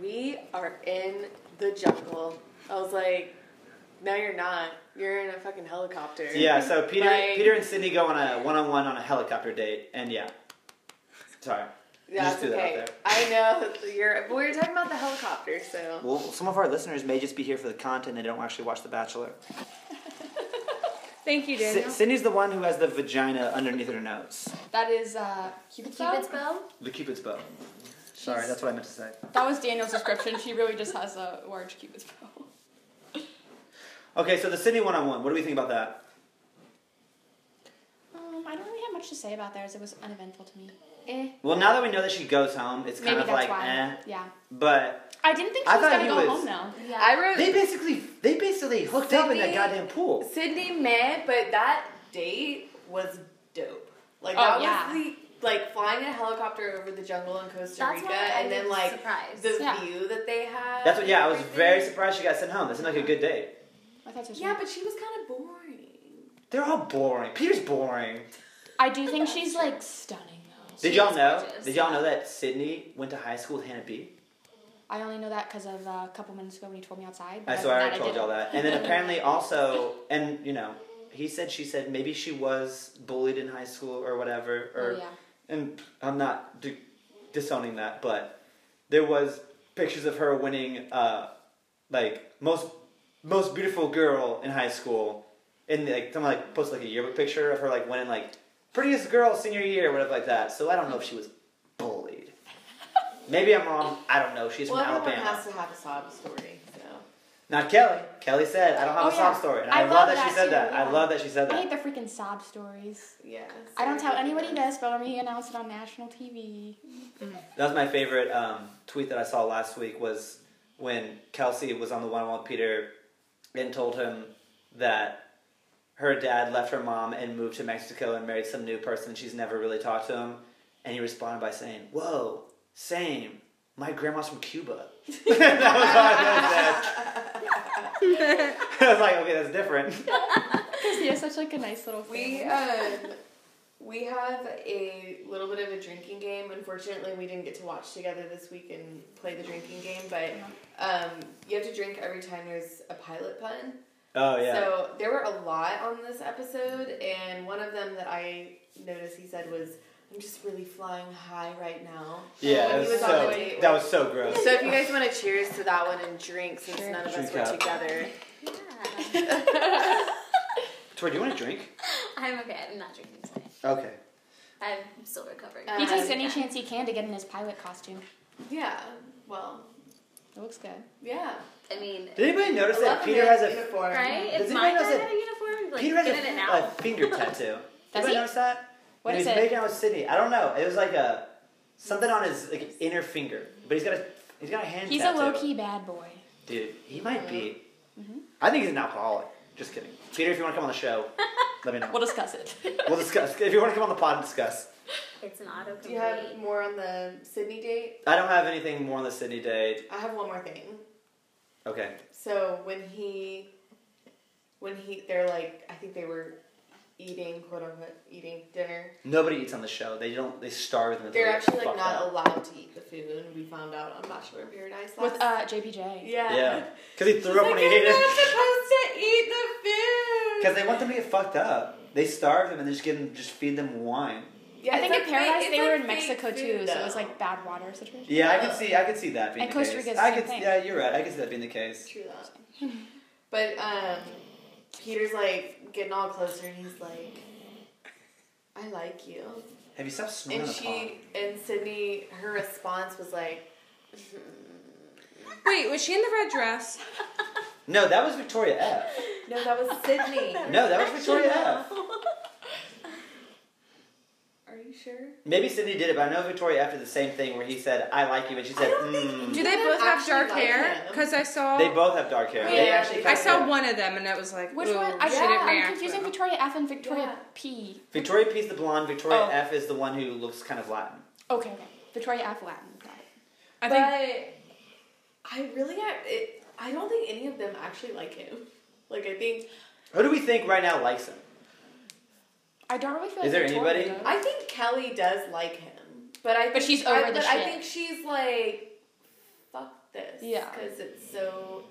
Speaker 1: "We are in the jungle." I was like, "No, you're not. You're in a fucking helicopter."
Speaker 2: Yeah. So Peter,
Speaker 1: Like-
Speaker 2: Peter and Sydney go on a one-on-one on a helicopter date, and yeah. Sorry.
Speaker 1: that's
Speaker 2: Just threw that out
Speaker 1: okay.
Speaker 2: there.
Speaker 1: I know that you're. But we were talking about the helicopter, so
Speaker 2: Well, some of our listeners may just be here for the content. They don't actually watch The Bachelor.
Speaker 5: Thank you, Daniel.
Speaker 2: Sy- Sydney's the one who has the vagina underneath her nose.
Speaker 4: That is uh, Cupid's bow?
Speaker 3: Cupid's bow?
Speaker 2: The Cupid's bow. Sorry, that's what I meant to say.
Speaker 4: That was Daniel's description. She really just has a large Cupid's bow.
Speaker 2: Okay, so the Sydney one-on-one. What do we think about that?
Speaker 4: Um, I don't really have much to say about theirs. It was uneventful to me. Eh.
Speaker 2: Well, now that we know that she goes home, it's kind
Speaker 4: Maybe
Speaker 2: of
Speaker 4: that's
Speaker 2: like,
Speaker 4: why.
Speaker 2: eh.
Speaker 4: Yeah.
Speaker 2: But
Speaker 4: I didn't think she
Speaker 2: I
Speaker 4: was
Speaker 2: thought
Speaker 4: gonna
Speaker 2: he
Speaker 4: go
Speaker 2: was-
Speaker 4: home though.
Speaker 3: Yeah.
Speaker 1: I wrote
Speaker 2: they basically, they basically hooked up in that
Speaker 1: Sydney-
Speaker 2: goddamn pool.
Speaker 1: Sydney meh, but that date was dope. Like
Speaker 4: Oh,
Speaker 1: that
Speaker 4: yeah.
Speaker 1: was the like flying in a helicopter over the jungle in Costa
Speaker 3: That's
Speaker 1: Rica,
Speaker 3: why I
Speaker 1: and then
Speaker 3: was
Speaker 1: like
Speaker 3: surprised.
Speaker 1: the
Speaker 4: Yeah.
Speaker 1: view that they had.
Speaker 2: That's what. Yeah, I
Speaker 1: and
Speaker 2: was
Speaker 1: everything.
Speaker 2: very surprised she got sent home. That seemed like a good date.
Speaker 4: I thought so. too.
Speaker 1: Yeah, but she was kind of boring.
Speaker 2: They're all boring. Peter's boring.
Speaker 4: I do think she's like stunning though.
Speaker 2: Did
Speaker 3: She
Speaker 2: y'all
Speaker 3: is
Speaker 2: know?
Speaker 3: gorgeous.
Speaker 2: Did y'all know that Sydney went to high school with Hannah B?
Speaker 4: I only know that because of uh, a couple minutes ago when you told me outside.
Speaker 2: I
Speaker 4: but
Speaker 2: so
Speaker 4: other
Speaker 2: I
Speaker 4: than
Speaker 2: already told
Speaker 4: didn't.
Speaker 2: y'all that. And then apparently also, and you know, he said she said maybe she was bullied in high school or whatever. Or
Speaker 4: Oh, yeah.
Speaker 2: and I'm not d- disowning that, but there was pictures of her winning, uh, like most most beautiful girl in high school, and like someone like posted like a yearbook picture of her like winning like prettiest girl senior year, whatever like that. So I don't know if she was bullied. Maybe I'm wrong. I don't know. She's
Speaker 1: well,
Speaker 2: from
Speaker 1: everyone
Speaker 2: Alabama.
Speaker 1: has to have a sob story. So
Speaker 2: Not Kelly. Kelly said, "I don't have
Speaker 4: Oh,
Speaker 2: a sob
Speaker 4: yeah.
Speaker 2: story," and
Speaker 4: I
Speaker 2: I, love,
Speaker 4: love
Speaker 2: that, she
Speaker 4: that
Speaker 2: said
Speaker 4: too,
Speaker 2: that. I
Speaker 4: yeah.
Speaker 2: love that she said
Speaker 4: I
Speaker 2: that.
Speaker 4: hate the freaking sob stories.
Speaker 1: yeah,
Speaker 4: I don't tell anybody this, but when he announced it on national TV.
Speaker 2: That was my favorite um, tweet that I saw last week was when Kelsey was on the one on one with Peter and told him that her dad left her mom and moved to Mexico and married some new person she's never really talked to him. And he responded by saying, Whoa, same. My grandma's from Cuba. that was all I said. I was like, okay, that's different.
Speaker 4: you have such like a nice little.
Speaker 1: We
Speaker 4: family.
Speaker 1: um we have a little bit of a drinking game. Unfortunately, we didn't get to watch together this week and play the drinking game, but um you have to drink every time there's a pilot pun.
Speaker 2: Oh yeah.
Speaker 1: So there were a lot on this episode, and one of them that I noticed he said was, "I'm just really flying high right now."
Speaker 2: yeah,
Speaker 1: When
Speaker 2: that
Speaker 1: he
Speaker 2: was,
Speaker 1: was on
Speaker 2: so,
Speaker 1: the date
Speaker 2: that
Speaker 1: with-
Speaker 2: was so gross.
Speaker 1: So if you guys want to cheers to that one and drink, since
Speaker 4: Sure.
Speaker 1: none of us
Speaker 2: Drink
Speaker 1: were
Speaker 2: up.
Speaker 1: together.
Speaker 3: Yeah.
Speaker 2: Tori, do you want to drink?
Speaker 3: I'm okay. I'm not drinking tonight.
Speaker 2: Okay.
Speaker 3: I'm still recovering.
Speaker 1: Uh,
Speaker 4: he takes any
Speaker 3: Yeah.
Speaker 4: chance he can to get in his pilot costume.
Speaker 1: Yeah. Well.
Speaker 4: It looks good.
Speaker 1: yeah.
Speaker 3: I mean,
Speaker 2: Did anybody notice
Speaker 1: I love
Speaker 2: that
Speaker 1: the
Speaker 2: Peter
Speaker 1: man's
Speaker 2: has a
Speaker 1: uniform.
Speaker 3: right?
Speaker 2: Does
Speaker 3: If
Speaker 2: anybody
Speaker 3: my dad
Speaker 2: else
Speaker 3: had
Speaker 2: have-
Speaker 3: a uniform, like,
Speaker 2: Peter has
Speaker 3: get it
Speaker 2: a, oh.
Speaker 3: now.
Speaker 2: a finger tattoo?
Speaker 4: Does
Speaker 2: Anybody
Speaker 4: he?
Speaker 2: notice that?
Speaker 4: What
Speaker 2: When
Speaker 4: is
Speaker 2: he was
Speaker 4: it?
Speaker 2: making out with Sydney. I don't know. It was like a something on his like, inner finger, but he's got a he's got a hand.
Speaker 4: He's a
Speaker 2: tattoo.
Speaker 4: low key bad boy.
Speaker 2: Dude, he might be. I think he's an alcoholic. Just kidding. Peter, if you want to come on the show, let me know.
Speaker 4: We'll discuss it.
Speaker 2: We'll discuss. If you want to come on the pod and discuss.
Speaker 3: It's an auto
Speaker 1: Do you have more on the Sydney date?
Speaker 2: I don't have anything more on the Sydney date.
Speaker 1: I have one more thing.
Speaker 2: Okay.
Speaker 1: So when he, when he, they're like, I think they were eating, quote unquote, eating dinner.
Speaker 2: Nobody eats on the show. They don't. They starve them. until
Speaker 1: They're actually like
Speaker 2: fucked
Speaker 1: not
Speaker 2: up.
Speaker 1: allowed to eat the food. We found out on Bachelor in Paradise last.
Speaker 4: With uh, JPJ.
Speaker 1: yeah.
Speaker 2: Yeah. Because he
Speaker 1: She's
Speaker 2: threw up
Speaker 1: like,
Speaker 2: when he ate
Speaker 1: you're not
Speaker 2: it.
Speaker 1: supposed to eat the food.
Speaker 2: Because they want them to get fucked up. They starve them and they just give them, just feed them wine.
Speaker 1: Yeah,
Speaker 4: I think
Speaker 1: it's
Speaker 4: in
Speaker 1: like fake-
Speaker 4: Paradise
Speaker 1: it's
Speaker 4: they
Speaker 1: like
Speaker 4: were in
Speaker 1: fake
Speaker 4: Mexico
Speaker 1: food,
Speaker 4: too, so it was
Speaker 1: though.
Speaker 4: like bad water situation.
Speaker 2: Yeah, I could see. I could see that being
Speaker 4: And
Speaker 2: the
Speaker 4: Costa
Speaker 2: case.
Speaker 4: Rica's
Speaker 2: I
Speaker 4: same
Speaker 2: could.
Speaker 4: thing.
Speaker 2: Yeah, you're right. I could see that being the case.
Speaker 1: True that. But um, Peter's like getting all closer, and he's like, "I like you."
Speaker 2: Have you stopped snorting
Speaker 1: And
Speaker 2: on the pod?
Speaker 1: she and Sydney, her response was like, "Mm-hmm."
Speaker 5: Wait, was she in the red dress?
Speaker 2: No, that was Victoria F.
Speaker 1: "No, that was Sydney.
Speaker 2: No, that was Victoria F.
Speaker 1: Are you sure?"
Speaker 2: Maybe Sydney did it, but I know Victoria after the same thing where he said, "I like you," and she said, mm.
Speaker 5: Do they
Speaker 1: Yeah,
Speaker 5: both have
Speaker 1: actually
Speaker 5: dark
Speaker 1: like
Speaker 5: hair?
Speaker 1: him.
Speaker 5: Because I saw
Speaker 2: "They both have dark hair." They
Speaker 1: Yeah.
Speaker 2: actually
Speaker 5: I
Speaker 2: kinda
Speaker 5: saw
Speaker 2: did.
Speaker 5: one of them and it was like
Speaker 4: Which
Speaker 5: ooh,
Speaker 4: one? I
Speaker 5: she
Speaker 4: yeah,
Speaker 5: didn't
Speaker 4: I'm
Speaker 5: react
Speaker 4: confusing
Speaker 5: well.
Speaker 4: Victoria F and Victoria
Speaker 1: Yeah.
Speaker 4: P.
Speaker 2: Victoria P is the blonde. Victoria
Speaker 4: Oh.
Speaker 2: F is the one who looks kind of Latin.
Speaker 4: Okay, okay. Victoria F Latin. Got it.
Speaker 5: I
Speaker 1: but
Speaker 5: think
Speaker 1: I really, act- it, I don't think any of them actually like him. Like I think,
Speaker 2: Who do we think right now likes him?
Speaker 4: I don't really feel like
Speaker 2: Is there
Speaker 4: Victoria
Speaker 2: anybody?
Speaker 4: does.
Speaker 1: I think Kelly does like him, but I think,
Speaker 4: But she's
Speaker 1: I,
Speaker 4: over the
Speaker 1: but I
Speaker 4: shit.
Speaker 1: think she's like, fuck this,
Speaker 4: Yeah. Mm-hmm.
Speaker 1: because it's so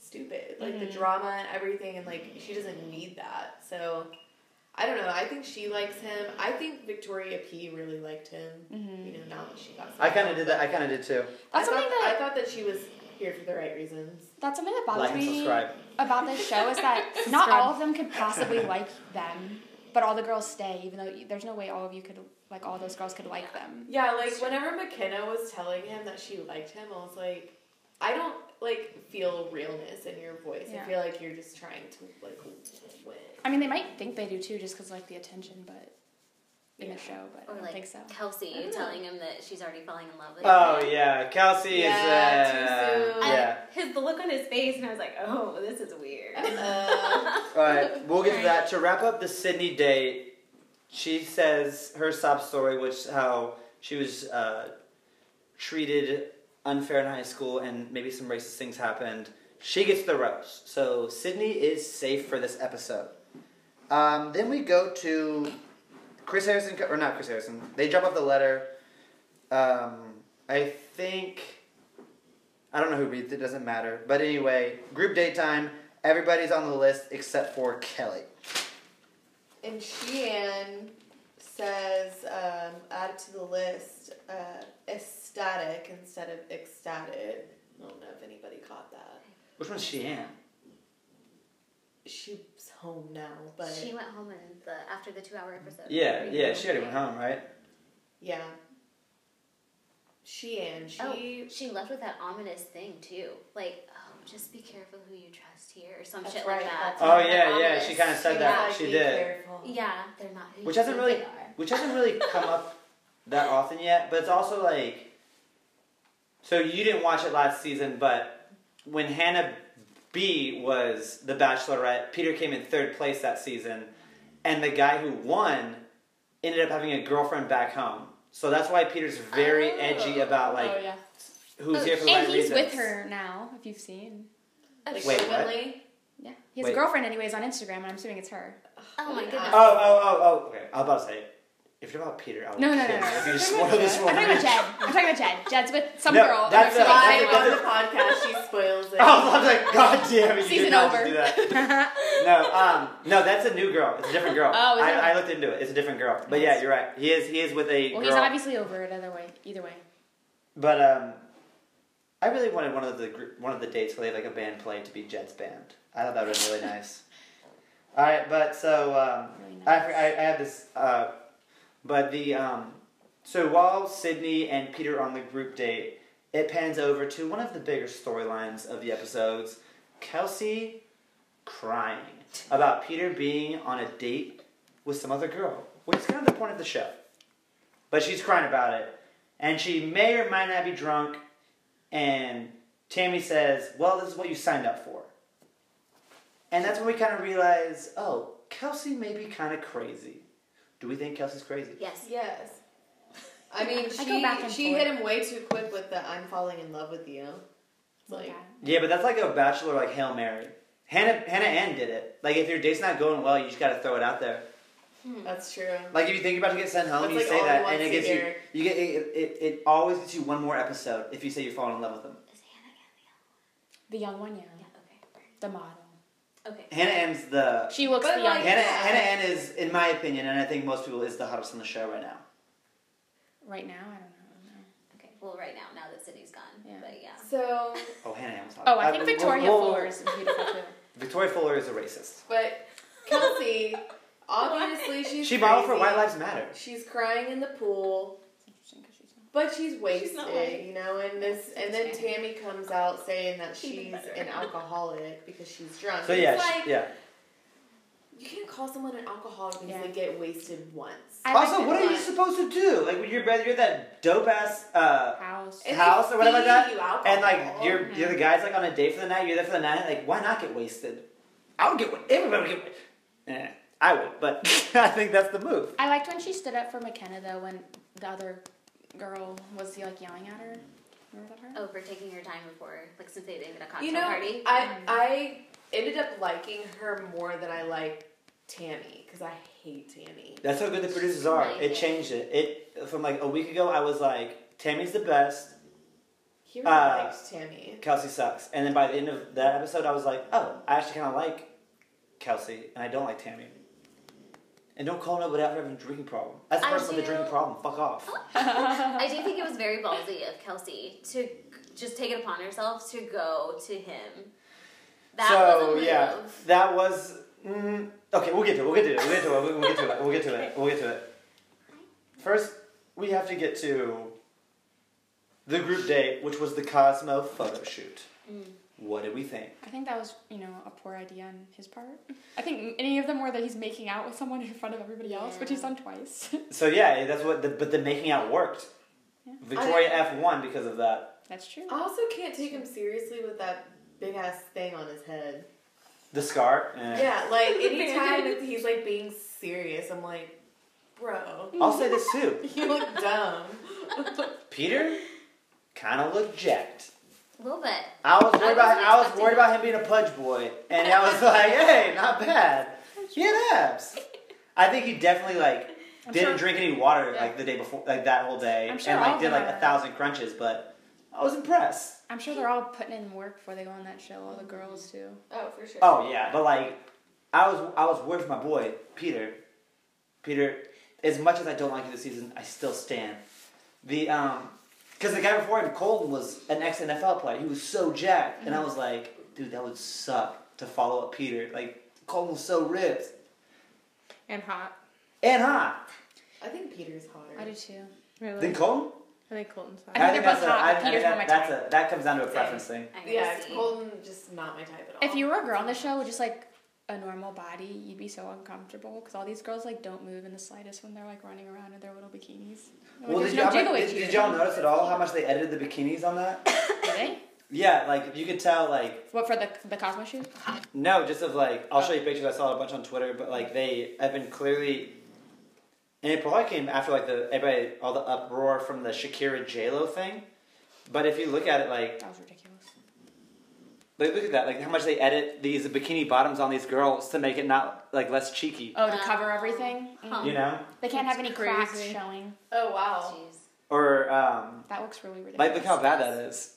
Speaker 1: stupid, like the drama and everything, and like she doesn't need that. So I don't know. I think she likes him. I think Victoria P really liked him. You know, now that she got.
Speaker 2: I kind of did that. I kind of did too.
Speaker 4: Mm-hmm. That's
Speaker 1: I thought,
Speaker 4: something that
Speaker 1: I thought that she was here for the right reasons.
Speaker 4: that's something that bothers
Speaker 2: Like and
Speaker 4: me
Speaker 2: subscribe.
Speaker 4: about this show is that not
Speaker 5: Subscribe.
Speaker 4: all of them could possibly like them, but all the girls stay, even though there's no way all of you could like all those girls could like them.
Speaker 1: Yeah, like whenever McKenna was telling him that she liked him, I was like, I don't like feel realness in your voice. I
Speaker 4: Yeah.
Speaker 1: feel like you're just trying to like win.
Speaker 4: I mean, they might think they do too, just because like the attention, but in
Speaker 1: Yeah.
Speaker 4: the show, but
Speaker 3: Or
Speaker 4: I don't
Speaker 3: like
Speaker 4: think so.
Speaker 3: Kelsey
Speaker 1: don't know.
Speaker 3: telling him that she's already falling in love with
Speaker 2: Oh
Speaker 3: him.
Speaker 2: yeah, Kelsey
Speaker 1: Yeah,
Speaker 2: is.
Speaker 1: too
Speaker 2: Uh,
Speaker 1: soon.
Speaker 3: I-
Speaker 2: yeah.
Speaker 3: His the look on his face, and I was like, oh, this is weird.
Speaker 1: Uh,
Speaker 2: All right, we'll get to that. To wrap up the Sydney date, she says her sob story, which how she was uh, treated unfair in high school, and maybe some racist things happened. She gets the rose, so Sydney is safe for this episode. Um, then we go to Chris Harrison, co- or not Chris Harrison. They drop off the letter. Um, I think. I don't know who reads it, doesn't matter. But anyway, group date time. Everybody's on the list except for Kelly.
Speaker 1: and Sheehan says, um, add to the list uh, ecstatic instead of ecstatic. I don't know if anybody caught that.
Speaker 2: Which one's she in?
Speaker 1: She's home now, but
Speaker 3: she went home in the after the two hour episode.
Speaker 2: Yeah, yeah, she already went home, right?
Speaker 1: yeah. Sheehan, she.
Speaker 3: Oh, she left with that ominous thing too, like oh, just be careful who you trust here or some
Speaker 1: That's
Speaker 3: shit
Speaker 1: right,
Speaker 3: like that.
Speaker 1: that's
Speaker 2: Oh
Speaker 1: right.
Speaker 2: yeah, yeah, she kind of said
Speaker 1: was
Speaker 2: that.
Speaker 1: like,
Speaker 2: She
Speaker 1: "Be
Speaker 2: did,
Speaker 1: careful."
Speaker 3: Yeah, they're not. Who
Speaker 2: which
Speaker 3: you
Speaker 2: hasn't
Speaker 3: think
Speaker 2: really,
Speaker 3: they are.
Speaker 2: which hasn't really come up that often yet. But it's also like, so you didn't watch it last season, but when Hannah B was the Bachelorette, Peter came in third place that season, and the guy who won ended up having a girlfriend back home. So that's why Peter's very edgy about like
Speaker 4: yeah,
Speaker 2: who's here for the right
Speaker 4: and he's
Speaker 2: reasons.
Speaker 4: with her now. If you've seen,
Speaker 1: Like
Speaker 2: Wait, what?
Speaker 1: openly?
Speaker 4: Yeah. He has
Speaker 2: Wait.
Speaker 4: a girlfriend, anyways, on Instagram, and I'm assuming it's her.
Speaker 3: Oh my goodness.
Speaker 2: Oh, oh, oh, oh. Okay, I was about to say, if you're about Peter, I would
Speaker 4: No, no, no,
Speaker 2: kill
Speaker 4: no.
Speaker 2: you. If you just spoil this
Speaker 4: I'm
Speaker 2: one.
Speaker 4: talking about Jed. I'm talking about Jed. Jed's with some
Speaker 2: Oh, No,
Speaker 4: girl.
Speaker 2: that's
Speaker 4: and I'm
Speaker 2: a-
Speaker 1: Live on the podcast, she spoils it.
Speaker 2: I was like, God damn it, you
Speaker 4: Season
Speaker 2: did not
Speaker 4: over.
Speaker 2: just do that. no, um, no, that's a new girl. It's a different girl.
Speaker 4: Oh, is it?
Speaker 2: I, I looked into it. It's a different girl. But yeah, you're right. He is. He is with a
Speaker 4: well,
Speaker 2: girl.
Speaker 4: he's obviously over it either way. Either way.
Speaker 2: But um, I really wanted one of the gr- one of the dates where they have like a band play to be Jed's band. I thought that would have been really nice. All right, but so um,
Speaker 4: Really
Speaker 2: I, I I have this. Uh, but the um, so while Sydney and Peter are on the group date, it pans over to one of the bigger storylines of the episodes: Kelsey crying about Peter being on a date with some other girl, which is kind of the point of the show. But she's crying about it, and she may or might not be drunk. And Tammy says, "Well, this is what you signed up for." And that's when we kind of realize, oh, Kelsey may be kind of crazy. Do we think Kelsey's crazy?
Speaker 3: Yes.
Speaker 1: Yes. I mean, she,
Speaker 4: I go back and
Speaker 1: she
Speaker 4: forth.
Speaker 1: hit him way too quick with the I'm falling in love with you. It's like,
Speaker 4: Yeah.
Speaker 2: Yeah, but that's like a bachelor like Hail Mary. Hannah Hannah Ann did it. Like if your date's not going well, you just gotta throw it out there.
Speaker 1: Hmm. that's true.
Speaker 2: Like if you think you're about to get sent home,
Speaker 1: That's
Speaker 2: you
Speaker 1: like
Speaker 2: say
Speaker 1: all
Speaker 2: that
Speaker 1: you
Speaker 2: and
Speaker 1: want
Speaker 2: it
Speaker 1: to
Speaker 2: gives you
Speaker 1: hear.
Speaker 2: you get it, it, it always gets you one more episode if you say you're falling in love with them.
Speaker 3: Is
Speaker 4: The young one, yeah.
Speaker 3: Hannah again?
Speaker 4: The model.
Speaker 3: Yeah. Okay. Okay.
Speaker 2: Hannah Ann's the
Speaker 4: She looks
Speaker 1: But,
Speaker 4: the young
Speaker 1: like-
Speaker 2: Hannah Hannah Ann is, in my opinion, and I think most people is the hottest on the show right now.
Speaker 4: right now. I don't know.
Speaker 3: Okay. Well, right now, now that Sydney's gone,
Speaker 4: Yeah.
Speaker 3: but yeah.
Speaker 1: So,
Speaker 2: Oh Hannah Ann was hot.
Speaker 4: I don't know. Oh, I
Speaker 2: Uh,
Speaker 4: think
Speaker 2: whoa,
Speaker 4: Victoria
Speaker 2: whoa, whoa.
Speaker 4: Fuller is beautiful too.
Speaker 2: Victoria Fuller is a racist.
Speaker 1: but Kelsey, obviously she's
Speaker 2: She modeled for
Speaker 1: crazy.
Speaker 2: White Lives Matter.
Speaker 1: She's crying in the pool,
Speaker 4: It's interesting because she's not.
Speaker 1: but she's wasted,
Speaker 3: not white.
Speaker 1: you know. And this, and then Tammy comes out saying that
Speaker 3: Even
Speaker 1: she's
Speaker 3: better.
Speaker 1: an alcoholic because she's drunk.
Speaker 2: So
Speaker 1: It's
Speaker 2: yeah,
Speaker 1: like,
Speaker 2: she, yeah.
Speaker 1: You can't call someone an alcoholic because
Speaker 4: Yeah.
Speaker 1: they get wasted once.
Speaker 4: I like
Speaker 2: Also,
Speaker 4: the
Speaker 2: what are you
Speaker 4: one-
Speaker 2: supposed to do? Like, when you're bad, you're that dope ass, uh,
Speaker 4: House.
Speaker 1: And they
Speaker 2: House or whatever
Speaker 1: feed
Speaker 2: that-
Speaker 1: you alcohol.
Speaker 2: and like you're you're the guys like on a date for the night. You're there for the night. Like, why not get wasted? I would get wasted. Everybody would get. wa- Eh, I would, but I think that's the move.
Speaker 4: I liked when she stood up for McKenna though when the other girl was like yelling at her. Remember that part?
Speaker 3: Oh, for taking her time before, like since they did a cocktail
Speaker 1: you know,
Speaker 3: party.
Speaker 1: I I ended up liking her more than I like Tammy because I hate Tammy.
Speaker 2: That's how good the producers are.
Speaker 3: Like
Speaker 2: It
Speaker 3: it.
Speaker 2: changed it. It from like a week ago. I was like, Tammy's the best.
Speaker 1: He really
Speaker 2: Uh,
Speaker 1: liked Tammy.
Speaker 2: Kelsey sucks. And then by the end of that episode, I was like, oh, I actually kind of like Kelsey, and I don't like Tammy. And don't call nobody out for having a drinking problem. That's the
Speaker 3: I
Speaker 2: person with a drinking
Speaker 3: do- Oh,
Speaker 2: problem. Fuck off.
Speaker 3: I do think it was very ballsy of Kelsey to just take it upon herself to go to him. That
Speaker 2: so
Speaker 3: was a move.
Speaker 2: yeah, that was. Mm, okay, we'll get to it. We'll get to it. We'll get to it. We'll get to it. We'll get to it. We'll get to it. First, we have to get to the group date, which was the Cosmo photo shoot.
Speaker 3: Mm.
Speaker 2: What did we think?
Speaker 4: I think that was, you know, a poor idea on his part. I think any of them were that he's making out with someone in front of everybody else, which he's done twice.
Speaker 2: So yeah, that's what. The, but the making out worked. Victoria
Speaker 3: Oh,
Speaker 2: F won because of that.
Speaker 4: That's true.
Speaker 1: I also can't take him seriously with that big ass thing on his head.
Speaker 2: The scar. eh.
Speaker 1: Yeah, like anytime that he's like being serious, I'm like, bro,
Speaker 2: I'll say this too.
Speaker 1: you look dumb.
Speaker 2: Peter kind of looked jacked.
Speaker 3: A little bit.
Speaker 2: I was worried
Speaker 3: I
Speaker 2: about
Speaker 3: wasn't
Speaker 2: I was
Speaker 3: expecting
Speaker 2: worried about him being a pudge boy, and I was like, hey, not bad. He had abs. I think he definitely like didn't
Speaker 4: sure-
Speaker 2: drink any water
Speaker 4: Yeah.
Speaker 2: like the day before, like that whole day,
Speaker 4: I'm sure
Speaker 2: and
Speaker 4: all
Speaker 2: like
Speaker 4: of
Speaker 2: did
Speaker 4: them
Speaker 2: like a
Speaker 4: are.
Speaker 2: thousand crunches. But I was impressed.
Speaker 4: I'm sure they're all putting in work before they go on that show, all the girls do.
Speaker 1: Oh, for sure.
Speaker 2: Oh yeah, but like I was I was worried for my boy Peter. Peter, as much as I don't like you this season, I still stand. The um, because the guy before him, Colton, was an ex NFL player. He was so jacked,
Speaker 4: Mm-hmm.
Speaker 2: and I was like, dude, that would suck to follow up Peter. Like Colton was so ripped
Speaker 5: And hot.
Speaker 2: and hot.
Speaker 1: I think Peter's
Speaker 4: I
Speaker 1: hotter.
Speaker 4: do too.
Speaker 5: Really?
Speaker 2: Then Colton.
Speaker 5: I think Colton's
Speaker 4: I think
Speaker 5: hot.
Speaker 4: they're both
Speaker 2: that's a-
Speaker 4: hot,
Speaker 2: I-
Speaker 4: but
Speaker 2: I
Speaker 4: Peter's
Speaker 2: think
Speaker 4: more my
Speaker 2: that, that's a, that comes down to a preference thing.
Speaker 3: I
Speaker 1: Yeah,
Speaker 3: see.
Speaker 1: Colton just not my type at all.
Speaker 4: If you were a girl on the show with just like a normal body, you'd be so uncomfortable because all these girls like don't move in the slightest when they're like running around in their little bikinis. Like,
Speaker 2: Well,
Speaker 4: there's
Speaker 2: did, y'all,
Speaker 4: no jiggle
Speaker 2: did,
Speaker 4: with you.
Speaker 2: did y'all notice at all how much they edited the bikinis on that?
Speaker 4: Did they?
Speaker 2: yeah, like you could tell, like
Speaker 4: What for the the Cosmo shoot?
Speaker 2: No, just of like
Speaker 5: Oh.
Speaker 2: I'll show you pictures. I saw a bunch on Twitter, but like they have been clearly, and it probably came after like the everybody all the uproar from the Shakira J Lo thing. But if you look at it, like
Speaker 4: That was ridiculous.
Speaker 2: Like, look at that. Like, how much they edit these bikini bottoms on these girls to make it not, like, less cheeky.
Speaker 4: Oh, to cover everything? Mm.
Speaker 2: You know?
Speaker 4: They can't have
Speaker 5: That's
Speaker 4: any cracks
Speaker 5: crazy.
Speaker 4: showing.
Speaker 1: Oh wow.
Speaker 3: Jeez.
Speaker 2: Or, um,
Speaker 4: That looks really ridiculous.
Speaker 2: like, look how bad that is.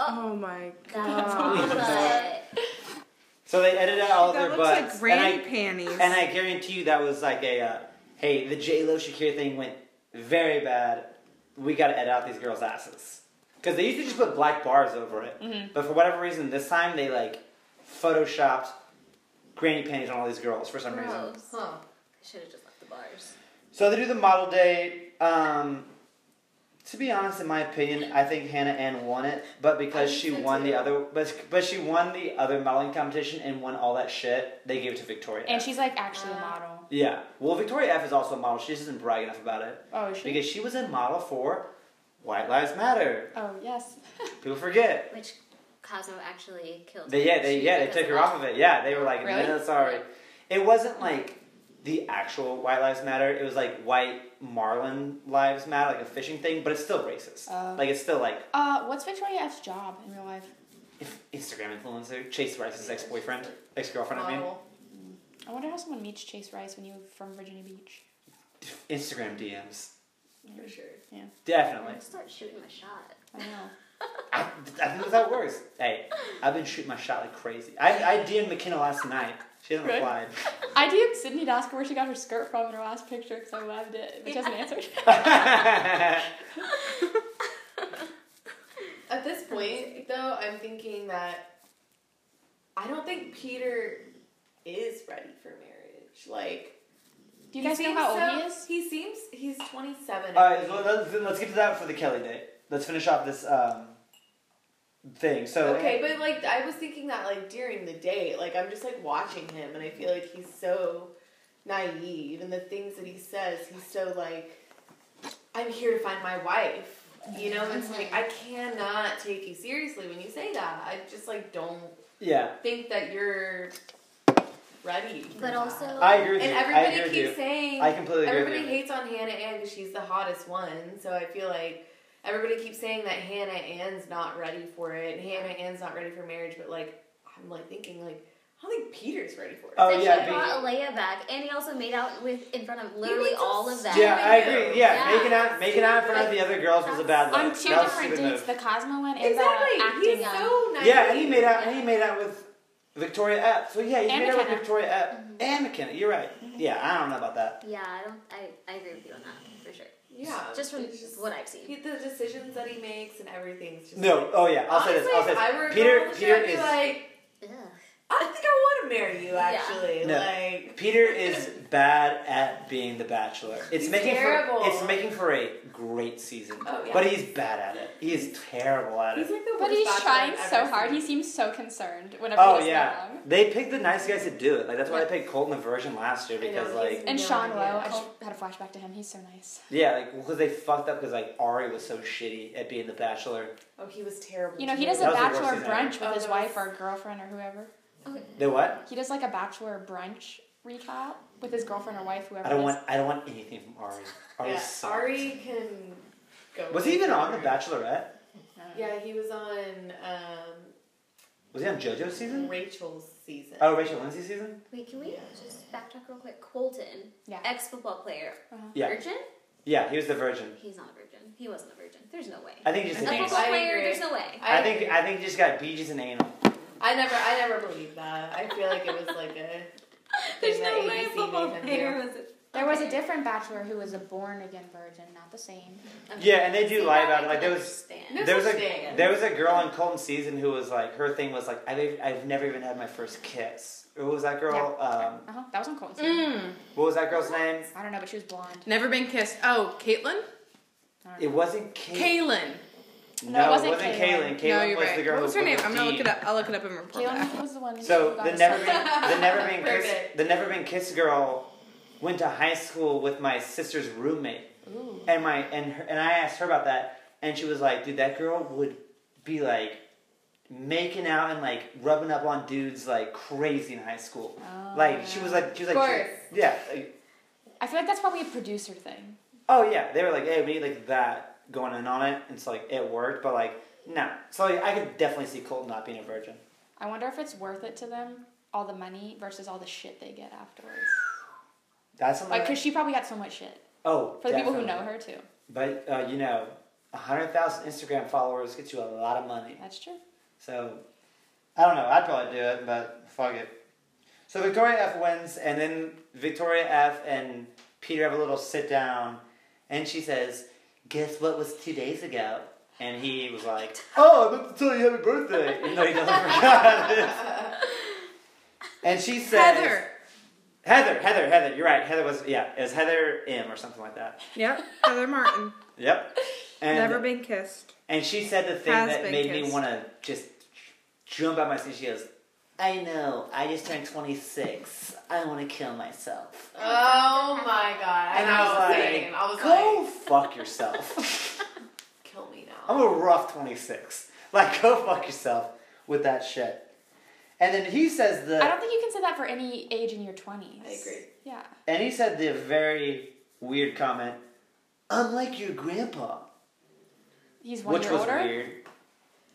Speaker 5: Oh my
Speaker 3: That's
Speaker 5: god.
Speaker 3: but
Speaker 2: So they edited out all
Speaker 5: That
Speaker 2: their
Speaker 5: looks
Speaker 2: butts.
Speaker 5: like
Speaker 2: and I-
Speaker 5: granny panties.
Speaker 2: And I guarantee you that was like a, uh, hey, the J Lo Shakir thing went very bad. We got to edit out these girls' asses because they used to just put black bars over it, but for whatever reason, this time they like photoshopped granny panties on all these girls for some
Speaker 3: Oh.
Speaker 2: reason.
Speaker 3: gross.
Speaker 1: Huh.
Speaker 3: I should have just left the bars.
Speaker 2: So they do the model date. Um, to be honest, in my opinion, I think Hannah Ann won it, but because she
Speaker 1: think so
Speaker 2: won the
Speaker 1: too.
Speaker 2: other, but, but she won the other modeling competition and won all that shit, they gave it to Victoria.
Speaker 4: And she's like actually a
Speaker 3: Uh,
Speaker 4: model.
Speaker 2: Yeah. Well, Victoria F is also a model. She just doesn't brag enough about it
Speaker 4: Oh, is she?
Speaker 2: because she was a model for White Lives Matter.
Speaker 4: oh, yes.
Speaker 2: People forget.
Speaker 3: Which Cosmo actually killed.
Speaker 2: They, yeah, they yeah they took her off of it. Yeah, they were like,
Speaker 4: Really?
Speaker 2: no, sorry. It wasn't like the actual White Lives Matter. It was like White Marlin Lives Matter, like a fishing thing, but it's still racist.
Speaker 4: Oh.
Speaker 2: like it's still like
Speaker 4: Uh, what's Victoria F's job in real life?
Speaker 2: if Instagram influencer Chase Rice's ex boyfriend, ex girlfriend. I mean,
Speaker 4: Oh.
Speaker 1: Model.
Speaker 4: I wonder how someone meets Chase Rice when you were from Virginia Beach.
Speaker 2: Instagram DMs.
Speaker 3: For sure.
Speaker 2: Definitely.
Speaker 3: I'll start shooting my shot.
Speaker 4: I don't know.
Speaker 2: I, I think that's how it works. Hey, I've been shooting my shot like crazy. I, I DM'd McKenna last night. She hasn't
Speaker 4: Right.
Speaker 2: replied.
Speaker 4: I DM'd Sydney to ask her where she got her skirt from in her last picture because I loved it, but she hasn't answered.
Speaker 1: At this point, though, I'm thinking that I don't think Peter is ready for marriage. Like,
Speaker 4: Do you guys know how old he is?
Speaker 1: He seems he's 27.
Speaker 2: All right, so let's, let's get to that for the Kelly date. Let's finish off this um, thing. So
Speaker 1: okay, but like I was thinking that like during the date, like I'm just like watching him, and I feel like he's so naive, and the things that he says, he's so like, I'm here to find my wife. You know, it's like I cannot take you seriously when you say that. I just like don't
Speaker 2: yeah,
Speaker 1: think that you're ready. for
Speaker 3: But
Speaker 1: that.
Speaker 3: also,
Speaker 2: I agree with
Speaker 1: and
Speaker 2: you. I
Speaker 1: everybody
Speaker 2: agree with
Speaker 1: keeps
Speaker 2: you.
Speaker 1: saying
Speaker 2: I completely agree
Speaker 1: everybody
Speaker 2: with you.
Speaker 1: hates on Hannah Ann because she's the hottest one. So I feel like everybody keeps saying that Hannah Ann's not ready for it. Hannah Ann's not ready for marriage. But like, I'm like thinking like, I don't think Peter's ready for it.
Speaker 2: Oh,
Speaker 3: Then
Speaker 2: yeah,
Speaker 3: he
Speaker 2: be-
Speaker 3: brought Alea back, and he also made out with in front of literally
Speaker 1: made
Speaker 3: all
Speaker 1: those
Speaker 3: of them.
Speaker 2: Yeah, I
Speaker 1: Yeah.
Speaker 2: agree. Yeah,
Speaker 3: Yeah.
Speaker 2: making out making out in front of the other girls was a bad look.
Speaker 4: On two
Speaker 2: That was a
Speaker 4: different
Speaker 2: stupid
Speaker 4: dates,
Speaker 2: move.
Speaker 4: the Cosmo one and
Speaker 1: exactly.
Speaker 4: the acting
Speaker 1: He's
Speaker 4: one.
Speaker 1: so nice.
Speaker 2: Yeah, and he made out and he made out with Victoria Epp. So yeah, he
Speaker 4: And
Speaker 2: made out with
Speaker 4: McKenna.
Speaker 2: Victoria Epp and McKenna. You're right. Yeah, I don't know about that.
Speaker 3: Yeah, I don't. I, I agree with you on that for sure.
Speaker 1: yeah.
Speaker 3: Just from
Speaker 1: it's just-
Speaker 3: what I've seen.
Speaker 1: he, the decisions that he makes and everything's just
Speaker 2: No. Oh yeah. I'll say this.
Speaker 1: Honestly,
Speaker 2: I'll say
Speaker 1: if
Speaker 2: this.
Speaker 1: I were a
Speaker 2: Peter.
Speaker 1: girl on the show,
Speaker 2: Peter
Speaker 1: I'd be
Speaker 2: is.
Speaker 1: like.
Speaker 3: Ugh.
Speaker 1: I think I want to marry you. Actually,
Speaker 2: No.
Speaker 1: like
Speaker 2: Peter is bad at being the bachelor. It's
Speaker 1: He's
Speaker 2: making
Speaker 1: terrible.
Speaker 2: for it's making for a great season.
Speaker 1: Oh, yeah.
Speaker 2: But he's bad at it. He is terrible at
Speaker 1: he's
Speaker 2: it.
Speaker 1: like the
Speaker 4: But
Speaker 1: worst
Speaker 4: he's
Speaker 1: bachelor
Speaker 4: trying
Speaker 1: I've
Speaker 4: so
Speaker 1: ever
Speaker 4: hard.
Speaker 1: seen.
Speaker 4: He seems so concerned whenever
Speaker 2: Oh
Speaker 4: he does
Speaker 2: yeah.
Speaker 4: wrong.
Speaker 2: They picked the nice guys to do it. Like that's why they picked Colton the Virgin last year
Speaker 1: I know,
Speaker 2: because
Speaker 1: he's-
Speaker 2: like
Speaker 4: And
Speaker 1: No
Speaker 4: Sean
Speaker 1: idea.
Speaker 4: Lowe, I just had a flashback to him. He's so nice.
Speaker 2: yeah like because they fucked up because like Ari was so shitty at being the bachelor.
Speaker 1: Oh, he was terrible.
Speaker 4: You know, he
Speaker 1: too.
Speaker 4: does a
Speaker 2: That was the worst
Speaker 4: bachelor
Speaker 2: season ever.
Speaker 4: brunch with
Speaker 1: Oh,
Speaker 4: his
Speaker 1: that
Speaker 4: wife
Speaker 1: was-
Speaker 4: or girlfriend or whoever.
Speaker 3: Okay.
Speaker 2: The what?
Speaker 4: He does like a bachelor brunch recap with his girlfriend or wife, whoever.
Speaker 2: I don't
Speaker 4: it is.
Speaker 2: want I don't want anything from Ari. Ari
Speaker 1: yeah,
Speaker 2: sucked.
Speaker 1: Ari can go.
Speaker 2: Was he even on the Bachelorette?
Speaker 4: I don't know.
Speaker 1: Yeah, he was on um,
Speaker 2: Was he on JoJo's season?
Speaker 1: Rachel's season.
Speaker 2: Oh, Rachel Lindsay's season?
Speaker 3: Wait, can we just backtrack real quick? Colton,
Speaker 4: Yeah.
Speaker 3: ex football player,
Speaker 4: Uh-huh.
Speaker 2: Yeah.
Speaker 3: virgin?
Speaker 2: Yeah, he was the Virgin.
Speaker 3: He's not a virgin. He wasn't a virgin. There's no way.
Speaker 2: I think he just an
Speaker 3: A
Speaker 1: think
Speaker 3: football
Speaker 2: anal.
Speaker 1: so. I
Speaker 3: player,
Speaker 1: agree.
Speaker 3: there's no way.
Speaker 2: I think I think he just got BG's and anal.
Speaker 1: I never, I never believed that. I feel like it was like a.
Speaker 3: There's
Speaker 1: thing
Speaker 3: no
Speaker 1: that
Speaker 3: way a
Speaker 1: ABC
Speaker 3: football
Speaker 1: made him
Speaker 3: player
Speaker 1: do.
Speaker 3: was.
Speaker 4: There was a different bachelor who was a born again virgin, not the same.
Speaker 3: Okay.
Speaker 2: Yeah, and they do
Speaker 3: See,
Speaker 2: lie
Speaker 3: now
Speaker 2: about
Speaker 3: I
Speaker 2: it. Like
Speaker 3: can
Speaker 2: there was
Speaker 3: understand.
Speaker 1: No
Speaker 2: there was
Speaker 1: such
Speaker 2: a
Speaker 1: thing.
Speaker 2: there was a girl on Colton's season who was like her thing was like I've I've never even had my first kiss. Who was that girl? Um,
Speaker 4: Uh huh. That was on Colton's.
Speaker 5: Mm.
Speaker 2: what was that girl's name?
Speaker 4: I don't know, but she was blonde.
Speaker 5: Never been kissed. Oh, Caitlin?
Speaker 2: It wasn't Kay-
Speaker 5: Kaylin.
Speaker 2: No, it wasn't,
Speaker 4: Kaylin.
Speaker 2: Kaylin. Kaylin was the girl
Speaker 5: What
Speaker 2: who
Speaker 5: was her name?
Speaker 2: with
Speaker 5: I'm gonna look
Speaker 2: Dean.
Speaker 5: it up. Oh I'll look it up and report back.
Speaker 4: Jalen was the one.
Speaker 2: So
Speaker 4: who got
Speaker 2: the
Speaker 4: us
Speaker 2: never
Speaker 4: on-
Speaker 2: been the never been kiss
Speaker 1: Perfect.
Speaker 2: the never been kiss girl went to high school with my sister's roommate.
Speaker 4: Ooh.
Speaker 2: And my and her, and I asked her about that, and she was like, "Dude, that girl would be like making out and like rubbing up on dudes like crazy in high school.
Speaker 4: Oh,
Speaker 2: like she was like she was like she-
Speaker 1: course.
Speaker 2: yeah. like,
Speaker 4: I feel like that's probably a producer thing.
Speaker 2: oh yeah, they were like, hey, we need like that going in on it, and so like it worked, but like No. So like, I could definitely see Colton not being a virgin.
Speaker 4: I wonder if it's worth it to them all the money versus all the shit they get afterwards.
Speaker 2: That's something.
Speaker 4: Like,
Speaker 2: that-
Speaker 4: cause she probably got so much shit
Speaker 2: oh,
Speaker 4: for the people who
Speaker 2: definitely.
Speaker 4: know her too.
Speaker 2: But uh, you know, hundred thousand Instagram followers gets you a lot of money.
Speaker 4: That's true.
Speaker 2: So I don't know. I'd probably do it, but fuck it. So Victoria F wins, and then Victoria F and Peter have a little sit down, and she says, "Guess what was two days ago?" And he was like, "Oh, I meant to tell you happy birthday," even though he never forgot it. And she says,
Speaker 5: Heather.
Speaker 2: Heather, Heather, Heather. You're right. Heather was yeah, it was Heather M or something like that.
Speaker 5: Yep. Heather Martin.
Speaker 2: Yep. And
Speaker 5: Never been kissed.
Speaker 2: and she said the thing
Speaker 5: Has
Speaker 2: that
Speaker 5: been
Speaker 2: made me
Speaker 5: kissed.
Speaker 2: want to just jump out my seat. She goes, I know, I just turned 26. I want to kill myself.
Speaker 1: Oh my god. I
Speaker 2: And
Speaker 1: know
Speaker 2: I was
Speaker 1: what
Speaker 2: like,
Speaker 1: I'm saying. I was
Speaker 2: Go
Speaker 1: like,
Speaker 2: fuck yourself.
Speaker 1: kill me now.
Speaker 2: I'm a rough 26. Like, go fuck yourself with that shit. And then he says
Speaker 4: I don't
Speaker 2: the,
Speaker 4: think you can say that for any age in your twenties.
Speaker 1: I agree.
Speaker 4: Yeah.
Speaker 2: and he said the very weird comment, unlike your grandpa.
Speaker 4: He's one
Speaker 2: Which
Speaker 4: year
Speaker 2: was
Speaker 4: older.
Speaker 2: weird.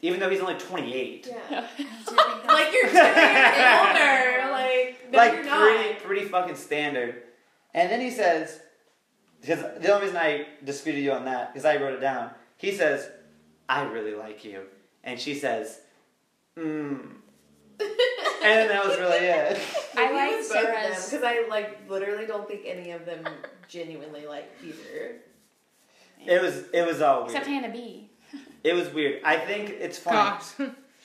Speaker 2: Even though he's only 28.
Speaker 1: Yeah.
Speaker 3: Like,
Speaker 1: like you're 10 years older. Like, no,
Speaker 2: like
Speaker 1: you're not.
Speaker 2: pretty pretty fucking standard. And then he says, because the only reason I disputed you on that because I wrote it down. He says, "I really like you," and she says, "Mmm." and that was really it.
Speaker 4: I
Speaker 1: Maybe
Speaker 4: like
Speaker 1: it was both of them,
Speaker 4: Sarah's-
Speaker 1: because I like literally don't think any of them genuinely like Peter.
Speaker 2: It was it was all
Speaker 4: Except
Speaker 2: weird.
Speaker 4: Hannah B.
Speaker 2: It was weird. I think it's funny.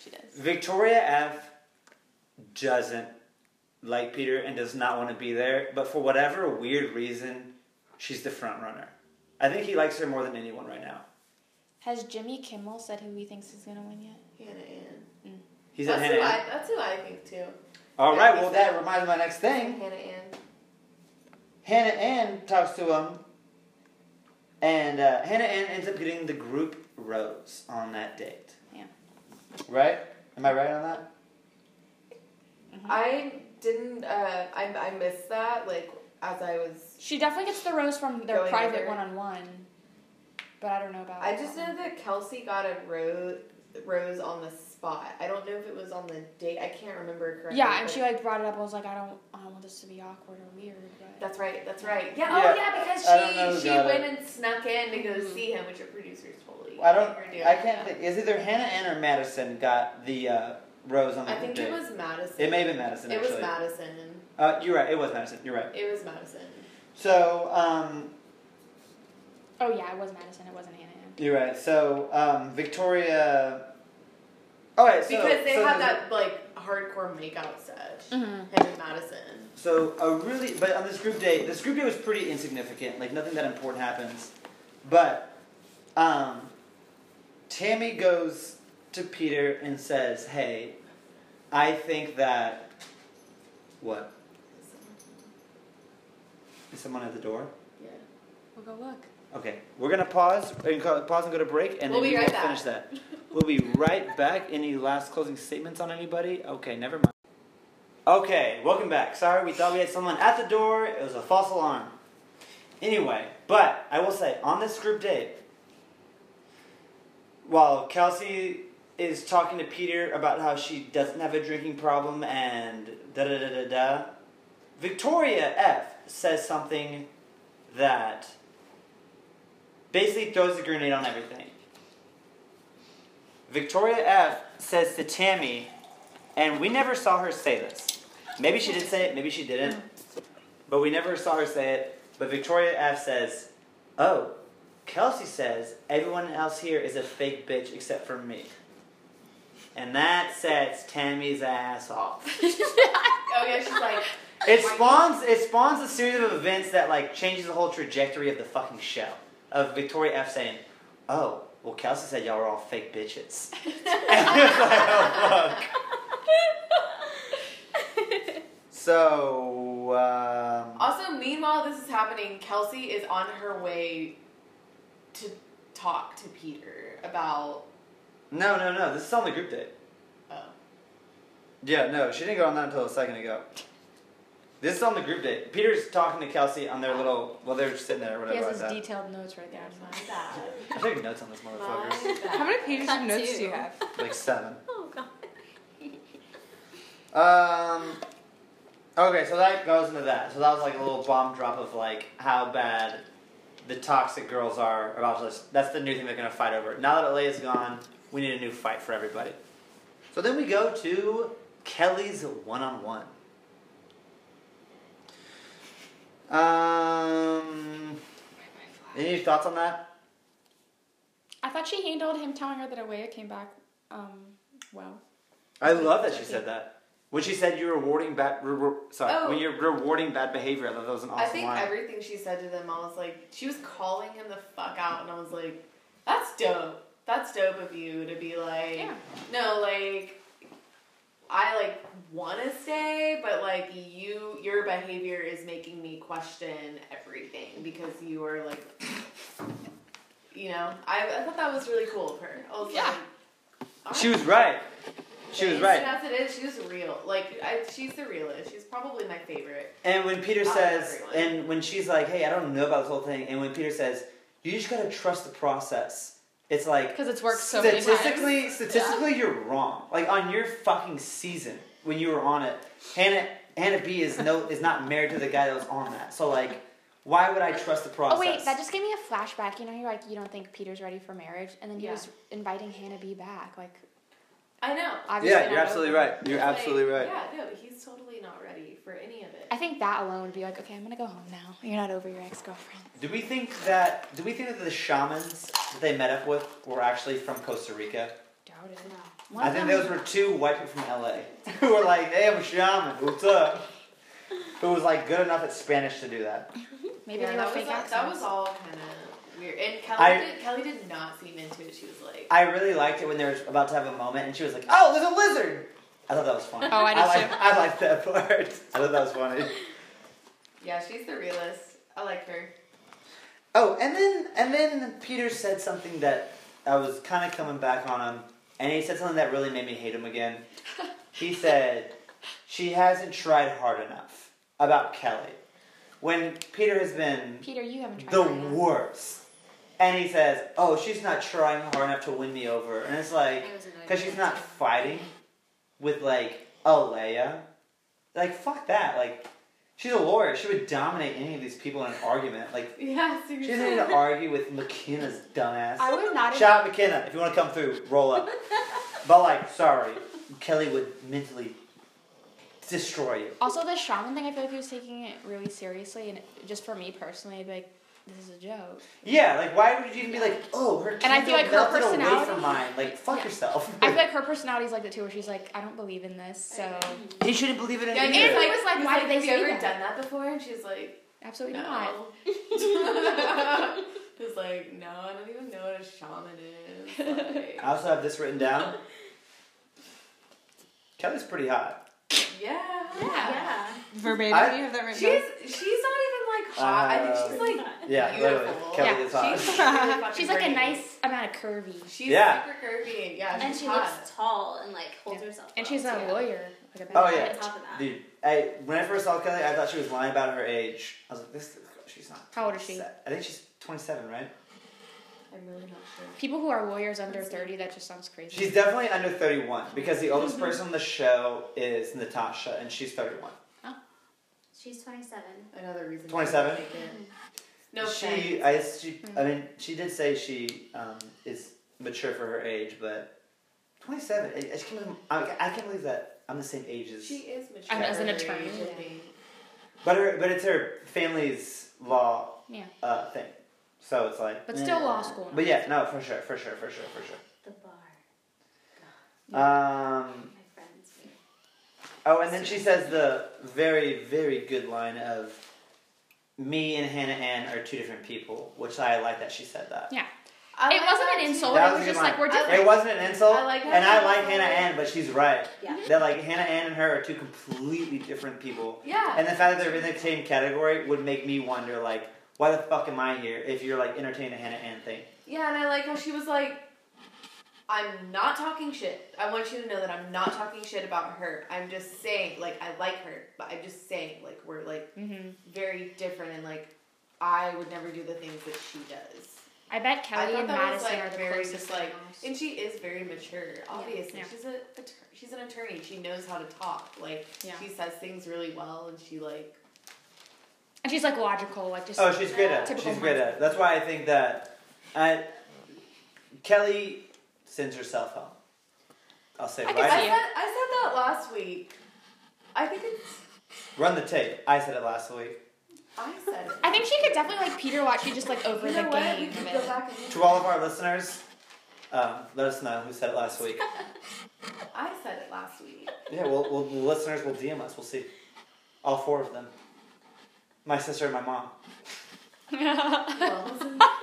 Speaker 4: She does.
Speaker 2: Victoria F doesn't like Peter and does not want to be there, but for whatever weird reason, she's the front runner. I think he likes her more than anyone right now.
Speaker 4: Has Jimmy Kimmel said who he thinks is gonna win yet?
Speaker 1: Hannah Ann.
Speaker 2: He's at
Speaker 1: That's who,
Speaker 2: Hannah.
Speaker 1: I,
Speaker 2: Ann.
Speaker 1: that's who I think too.
Speaker 2: All
Speaker 1: Yeah,
Speaker 2: right, well
Speaker 1: he's
Speaker 2: that
Speaker 1: at-
Speaker 2: reminds me of my next thing.
Speaker 1: Hannah Ann.
Speaker 2: Hannah Ann talks to him, and uh, Hannah Ann ends up getting the group rose on that date.
Speaker 4: Yeah.
Speaker 2: Right? Am I right on that?
Speaker 1: Mm-hmm. I didn't. Uh, I I missed that. Like as I was,
Speaker 4: She definitely gets the rose from their
Speaker 1: Going
Speaker 4: private
Speaker 1: over.
Speaker 4: one on one. But I don't know about
Speaker 1: I just
Speaker 4: that
Speaker 1: know
Speaker 4: one.
Speaker 1: that Kelsey got a rose rose on the spot. I don't know if it was on the date. I can't remember correctly.
Speaker 4: Yeah, and
Speaker 1: but-
Speaker 4: she like brought it up. I was like, I don't, I don't want this to be awkward or weird. But
Speaker 1: That's right. That's right. Yeah.
Speaker 2: Yeah,
Speaker 1: Oh yeah, because
Speaker 2: I don't know who
Speaker 1: she she
Speaker 2: got
Speaker 1: went
Speaker 2: it.
Speaker 1: and snuck in to go see him, which your producers totally.
Speaker 2: I don't.
Speaker 1: made her do.
Speaker 2: I can't think. Is either Hannah Ann or Madison got the uh, rose on the
Speaker 1: I think
Speaker 2: date?
Speaker 1: it was Madison.
Speaker 2: It may have been Madison.
Speaker 1: It
Speaker 2: actually.
Speaker 1: was Madison.
Speaker 2: Uh, you're right. It was Madison. You're right.
Speaker 1: It was Madison.
Speaker 2: So um,
Speaker 4: oh yeah, it was Madison. It wasn't Hannah. Ann.
Speaker 2: you're right. So um, Victoria. All right. So,
Speaker 1: Because they
Speaker 2: so
Speaker 1: had
Speaker 2: the-
Speaker 1: that like hardcore makeout stuff.
Speaker 4: Mhm.
Speaker 1: Him and Madison.
Speaker 2: So a really, but on this group date, this group date was pretty insignificant. Like nothing that important happens. But um, Tammy goes to Peter and says, "Hey, I think that what is someone at the door?
Speaker 1: Yeah.
Speaker 4: We'll go look.
Speaker 2: Okay, we're gonna pause and co- pause and go to break, and
Speaker 1: We'll
Speaker 2: then
Speaker 1: be
Speaker 2: we
Speaker 1: right
Speaker 2: will finish that. We'll be right back. Any last closing statements on anybody? Okay, never mind. Okay, welcome back. Sorry, we thought we had someone at the door. It was a false alarm. Anyway, but I will say on this group date, while Kelsey is talking to Peter about how she doesn't have a drinking problem and da da da da da, Victoria F says something that basically throws a grenade on everything. Victoria F says to Tammy, and we never saw her say this. Maybe she did say it, maybe she didn't, but we never saw her say it. But Victoria F says, Oh, Kelsey says everyone else here is a fake bitch except for me. And that sets Tammy's ass off
Speaker 1: Oh yeah, she's like.
Speaker 2: it spawns it spawns a series of events that like changes the whole trajectory of the fucking show of Victoria F saying, "Oh, well, Kelsey said y'all were all fake bitches," and it's like, "Oh fuck." So, um,
Speaker 1: Also, meanwhile, this is happening. Kelsey is on her way to talk to Peter about.
Speaker 2: no, no, no. This is on the group date.
Speaker 1: Oh.
Speaker 2: Yeah, no, she didn't go on that until a second ago. This is on the group date. Peter's talking to Kelsey on their little. Well, they're sitting there or
Speaker 4: He
Speaker 2: whatever.
Speaker 4: has his
Speaker 2: like that.
Speaker 4: detailed notes right there.
Speaker 6: My bad.
Speaker 2: I took notes on this
Speaker 6: My
Speaker 2: motherfucker.
Speaker 6: bad.
Speaker 5: How many pages of
Speaker 3: Cut
Speaker 5: notes
Speaker 3: two.
Speaker 5: do you have?
Speaker 2: like seven.
Speaker 3: Oh god.
Speaker 2: Um. Okay, so that goes into that. So that was like a little bomb drop of like how bad the toxic girls are about this. That's the new thing they're gonna fight over. Now that Alea's gone, we need a new fight for everybody. So then we go to Kelly's one on one. Um. Any thoughts on that?
Speaker 4: I thought she handled him telling her that Awea came back. Um, well,
Speaker 2: I love that she said that. When she said you're rewarding bad, re- re- sorry,
Speaker 1: Oh.
Speaker 2: when you're rewarding bad behavior, I thought that was an awesome
Speaker 1: I think
Speaker 2: line.
Speaker 1: everything she said to them, I was like, she was calling him the fuck out, and I was like, that's dope. That's dope of you to be like,
Speaker 4: yeah.
Speaker 1: no, like, I like want to stay, but like you, your behavior is making me question everything because you are like, you know, I, I thought that was really cool of her. I was
Speaker 4: Yeah.
Speaker 1: like, all
Speaker 2: She
Speaker 1: right.
Speaker 2: was right. She was
Speaker 1: And
Speaker 2: right.
Speaker 1: That's it. Is she was real. Like I, she's the realest. She's probably my favorite.
Speaker 2: And when Peter
Speaker 1: Not
Speaker 2: says,
Speaker 1: everyone.
Speaker 2: and when she's like, hey, I don't know about this whole thing, and when Peter says, you just gotta trust the process, it's like,
Speaker 4: Because it's worked so many times.
Speaker 2: statistically, statistically, you're wrong. Like on your fucking season when you were on it, Hannah Hannah B is no is not married to the guy that was on that. So like, why would I trust the process?
Speaker 4: Oh wait, that just gave me a flashback. You know, you're like, you don't think Peter's ready for marriage, and then he
Speaker 1: Yeah.
Speaker 4: was inviting Hannah B back. Like,
Speaker 1: I know.
Speaker 4: obviously,
Speaker 2: yeah, you're
Speaker 4: not
Speaker 2: absolutely
Speaker 4: over.
Speaker 2: right. You're
Speaker 1: Like,
Speaker 2: absolutely right.
Speaker 1: Yeah, no, he's totally not ready for any of it.
Speaker 4: I think that alone would be like, okay, I'm gonna go home now. You're not over your ex girlfriend.
Speaker 2: Do we think that? Do we think that the shamans that they met up with were actually from Costa Rica?
Speaker 4: Doubt it. No.
Speaker 2: I think those were two white people from LA who were like, "Hey, I'm a shaman. What's up?" Who was like good enough at Spanish to do that?
Speaker 4: Maybe
Speaker 1: yeah,
Speaker 4: they were
Speaker 1: that
Speaker 4: fake
Speaker 1: was all,
Speaker 4: accents.
Speaker 1: that was all kind of weird. And Kelly
Speaker 2: I-
Speaker 1: did Kelly did not seem into it. She was like,
Speaker 2: I really liked it when they were about to have a moment, and she was like, "Oh, there's a lizard." I thought that was funny.
Speaker 4: Oh, I did
Speaker 2: liked,
Speaker 4: too.
Speaker 2: I liked that part. I thought that was funny.
Speaker 1: yeah, she's the realest. I like her.
Speaker 2: Oh, and then and then Peter said something that I was kind of coming back on him, and he said something that really made me hate him again. He said, "She hasn't tried hard enough." About Kelly, when Peter has been
Speaker 4: Peter, you haven't tried.
Speaker 2: the
Speaker 4: that yet.
Speaker 2: worst. And he says, "Oh, she's not trying hard enough to win me over," and it's like,
Speaker 3: I was annoyed.
Speaker 2: because she's not fighting with like Alea. Like fuck that. Like she's a lawyer. She would dominate any of these people in an argument. Like
Speaker 1: Yeah,
Speaker 2: she
Speaker 1: seriously.
Speaker 2: doesn't need to argue with McKenna's dumbass.
Speaker 4: I would not. have-
Speaker 2: Shout out McKenna if you want to come through. Roll up. but like, sorry, Kelly would mentally destroy you.
Speaker 4: Also, the shaman thing, I feel like he was taking it really seriously, and just for me personally, I'd be like, this is a joke.
Speaker 2: Yeah, like why would you even be like, oh, her?
Speaker 4: And I
Speaker 2: candle
Speaker 4: feel like her
Speaker 2: melted away
Speaker 4: personality-
Speaker 2: from mine. Like fuck
Speaker 4: Yeah.
Speaker 2: yourself.
Speaker 4: I feel like her personality's like that too, where she's like, I don't believe in this, so
Speaker 2: he shouldn't believe it in
Speaker 1: Yeah,
Speaker 2: either.
Speaker 1: he
Speaker 4: And he was like,
Speaker 1: he
Speaker 4: why did they
Speaker 1: have you
Speaker 4: say
Speaker 1: ever
Speaker 4: that?
Speaker 1: done that before? And she's like,
Speaker 4: absolutely not.
Speaker 1: no. He's like, no, I don't even know what a shaman is. Like,
Speaker 2: I also have this written down. Kelly's pretty hot.
Speaker 1: yeah.
Speaker 3: Yeah.
Speaker 5: Verbatim,
Speaker 2: I-
Speaker 5: you have that written
Speaker 1: She's
Speaker 5: down?
Speaker 1: she's not even like hot. I think she's like
Speaker 2: Yeah,
Speaker 1: beautiful.
Speaker 2: literally. Kelly
Speaker 4: Yeah,
Speaker 2: is Um, hot.
Speaker 1: She's, really fucking
Speaker 4: She's like a
Speaker 1: pretty.
Speaker 4: nice amount of curvy.
Speaker 1: She's
Speaker 2: Yeah.
Speaker 1: super curvy. Yeah, she's
Speaker 3: And she
Speaker 1: hot.
Speaker 3: looks tall and like holds
Speaker 4: Yeah.
Speaker 3: herself.
Speaker 4: And
Speaker 3: up,
Speaker 4: she's a
Speaker 3: too.
Speaker 4: lawyer. Like a
Speaker 2: Oh,
Speaker 4: bad-
Speaker 2: yeah.
Speaker 3: On top of that.
Speaker 2: Dude, I, when I first saw Kelly, I thought she was lying about her age. I was like, this girl, she's not.
Speaker 4: How old is she?
Speaker 2: 27. I think she's 27, right?
Speaker 1: I'm really not sure.
Speaker 4: People who are lawyers under 30, that just sounds crazy.
Speaker 2: She's definitely under 31 because the
Speaker 4: Mm-hmm.
Speaker 2: oldest person on the show is Natasha and she's 31.
Speaker 3: She's 27.
Speaker 1: Another reason.
Speaker 2: 27?
Speaker 1: she didn't make it. No offense.
Speaker 2: she, I, she, I mean, she did say she um, is mature for her age, but 27. I, I, just can't believe, I, I can't believe that I'm the same age as.
Speaker 1: She is mature.
Speaker 4: And as an
Speaker 1: for her
Speaker 4: attorney,
Speaker 1: age, I
Speaker 4: yeah.
Speaker 1: think.
Speaker 2: But her, but it's her family's law
Speaker 4: Yeah.
Speaker 2: uh, thing, so it's like.
Speaker 4: But still
Speaker 2: eh.
Speaker 4: law school and
Speaker 2: But yeah, no, for sure, for sure, for sure, for sure.
Speaker 3: The bar.
Speaker 2: Um.
Speaker 3: My friends.
Speaker 2: Oh, and then she says the very, very good line of, "Me and Hannah Ann are two different people," which I like that she said that.
Speaker 4: Yeah.
Speaker 1: I
Speaker 4: It
Speaker 1: like
Speaker 4: wasn't
Speaker 1: that
Speaker 4: an
Speaker 1: too.
Speaker 4: insult.
Speaker 2: That
Speaker 4: it
Speaker 2: was
Speaker 4: was
Speaker 2: a good
Speaker 4: just like,
Speaker 2: line.
Speaker 4: we're different.
Speaker 2: It wasn't an insult,
Speaker 1: I like how
Speaker 2: and I
Speaker 1: she
Speaker 2: like
Speaker 1: was
Speaker 2: Hannah
Speaker 1: like-
Speaker 2: Ann, but she's right.
Speaker 3: Yeah.
Speaker 2: That like Hannah Ann and her are two completely different people,
Speaker 1: Yeah.
Speaker 2: and the fact that they're in the same category would make me wonder like, why the fuck am I here if you're like entertaining a Hannah Ann thing?
Speaker 1: yeah, and I like how she was like, I'm not talking shit. I want you to know that I'm not talking shit about her. I'm just saying, like, I like her, but I'm just saying, like, we're like
Speaker 4: mm-hmm.
Speaker 1: very different, and like, I would never do the things that she does.
Speaker 4: I bet
Speaker 1: I
Speaker 4: Kelly
Speaker 1: thought
Speaker 4: and
Speaker 1: that
Speaker 4: Madison
Speaker 1: was
Speaker 4: are
Speaker 1: like
Speaker 4: the
Speaker 1: very
Speaker 4: closest.
Speaker 1: just like,
Speaker 4: almost.
Speaker 1: and she is very mature. Obviously,
Speaker 4: Yeah.
Speaker 1: she's a atter- she's an attorney. She knows how to talk. Like,
Speaker 4: Yeah.
Speaker 1: she says things really well, and she like
Speaker 4: and she's like logical, like just
Speaker 2: Oh, she's great at it.
Speaker 4: Typical
Speaker 2: She's great at it. That's why I think that I, Kelly sends herself home. I'll say,
Speaker 4: I can
Speaker 1: I
Speaker 2: right?
Speaker 1: said I said that last week. I think it's
Speaker 2: Run the tape. I said it last week.
Speaker 1: I said it.
Speaker 4: I think she could definitely like Peter watch. She just like over
Speaker 1: You
Speaker 4: the
Speaker 1: know what? We
Speaker 4: game
Speaker 1: could
Speaker 4: of
Speaker 1: go
Speaker 4: it.
Speaker 1: back and
Speaker 2: To all of our listeners, um, let us know who said it last week.
Speaker 1: I said it last week.
Speaker 2: Yeah, well, well, the listeners will DM us. We'll see. All four of them. My sister and my mom.
Speaker 4: Oh.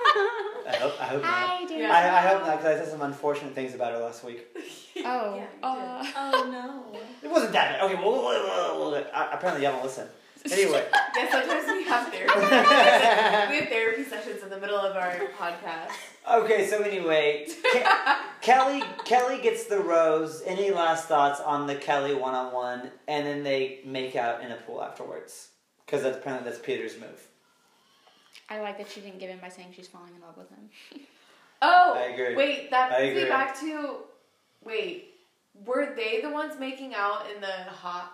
Speaker 1: Well,
Speaker 2: I hope, I hope not.
Speaker 4: Hi, dude.
Speaker 1: Yeah.
Speaker 2: I, I hope not, because I said some unfortunate things about her last week.
Speaker 4: Oh,
Speaker 1: Yeah, you
Speaker 4: uh,
Speaker 3: Oh no.
Speaker 2: It wasn't that bad. Okay, well, well, well, well, well, I- apparently y'all don't listen. Anyway.
Speaker 1: yeah, sometimes we have therapy. sessions. we have therapy sessions in the middle of our podcast.
Speaker 2: Okay, so anyway, Ke- Kelly Kelly gets the rose. Any last thoughts on the Kelly one on one, and then they make out in a pool afterwards because that's apparently that's Peter's move.
Speaker 4: I like that she didn't give in by saying she's falling in love with him.
Speaker 1: Oh,
Speaker 2: I agree.
Speaker 1: wait, that
Speaker 2: I
Speaker 1: brings me
Speaker 2: agree.
Speaker 1: back to wait, were they the ones making out in the hot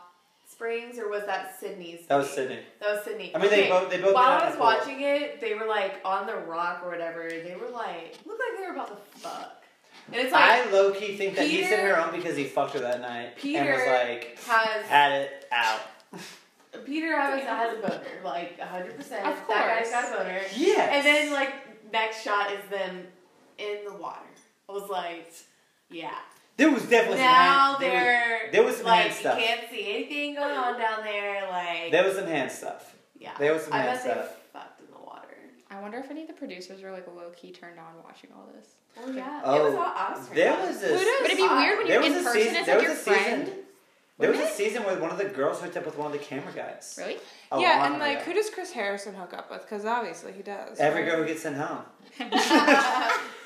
Speaker 1: springs, or was that Sydney's?
Speaker 2: That was
Speaker 1: date?
Speaker 2: Sydney.
Speaker 1: That was Sydney.
Speaker 2: I mean, they both- they both
Speaker 1: While
Speaker 2: made
Speaker 1: I
Speaker 2: out
Speaker 1: was
Speaker 2: in the pool.
Speaker 1: watching it, they were like on the rock or whatever. and They were like, looked like they were about to fuck. And it's like
Speaker 2: I low key think that he sent
Speaker 1: Peter-
Speaker 2: her on because he fucked her that night and was
Speaker 1: Peter
Speaker 2: like,
Speaker 1: has
Speaker 2: "Had it out."
Speaker 1: Peter has, has a boner, like hundred percent.
Speaker 4: Of
Speaker 1: That guy's
Speaker 4: course.
Speaker 1: got a boner.
Speaker 2: Yes.
Speaker 1: And then like next shot is them in the water. I was like, yeah.
Speaker 2: there was definitely
Speaker 1: now
Speaker 2: some hand,
Speaker 1: they're
Speaker 2: there was some
Speaker 1: like
Speaker 2: hand stuff.
Speaker 1: you can't see anything going on down there. Like
Speaker 2: There was, there was some hand stuff.
Speaker 1: yeah,
Speaker 2: there was some
Speaker 1: I
Speaker 2: hand
Speaker 1: bet
Speaker 2: stuff.
Speaker 1: they fucked in the water.
Speaker 4: I wonder if any of the producers were like low key turned on watching all this.
Speaker 1: Oh yeah, it was
Speaker 2: Oh,
Speaker 1: all Oxford.
Speaker 2: There was a
Speaker 1: Who
Speaker 4: Would it be
Speaker 1: Sorry.
Speaker 4: weird when
Speaker 2: There
Speaker 4: you're
Speaker 2: was
Speaker 4: in
Speaker 2: a
Speaker 4: person
Speaker 2: season-
Speaker 4: as
Speaker 2: there
Speaker 4: like
Speaker 2: was
Speaker 4: your
Speaker 2: a season-
Speaker 4: friend?
Speaker 2: There was a
Speaker 1: Wouldn't
Speaker 2: season where one of the girls hooked up with one of the camera guys.
Speaker 4: Really?
Speaker 2: A
Speaker 5: yeah,
Speaker 2: lot
Speaker 5: and like,
Speaker 2: ago.
Speaker 5: who does Chris Harrison hook up with? Because obviously he does.
Speaker 2: Every
Speaker 5: right?
Speaker 2: girl who gets sent home.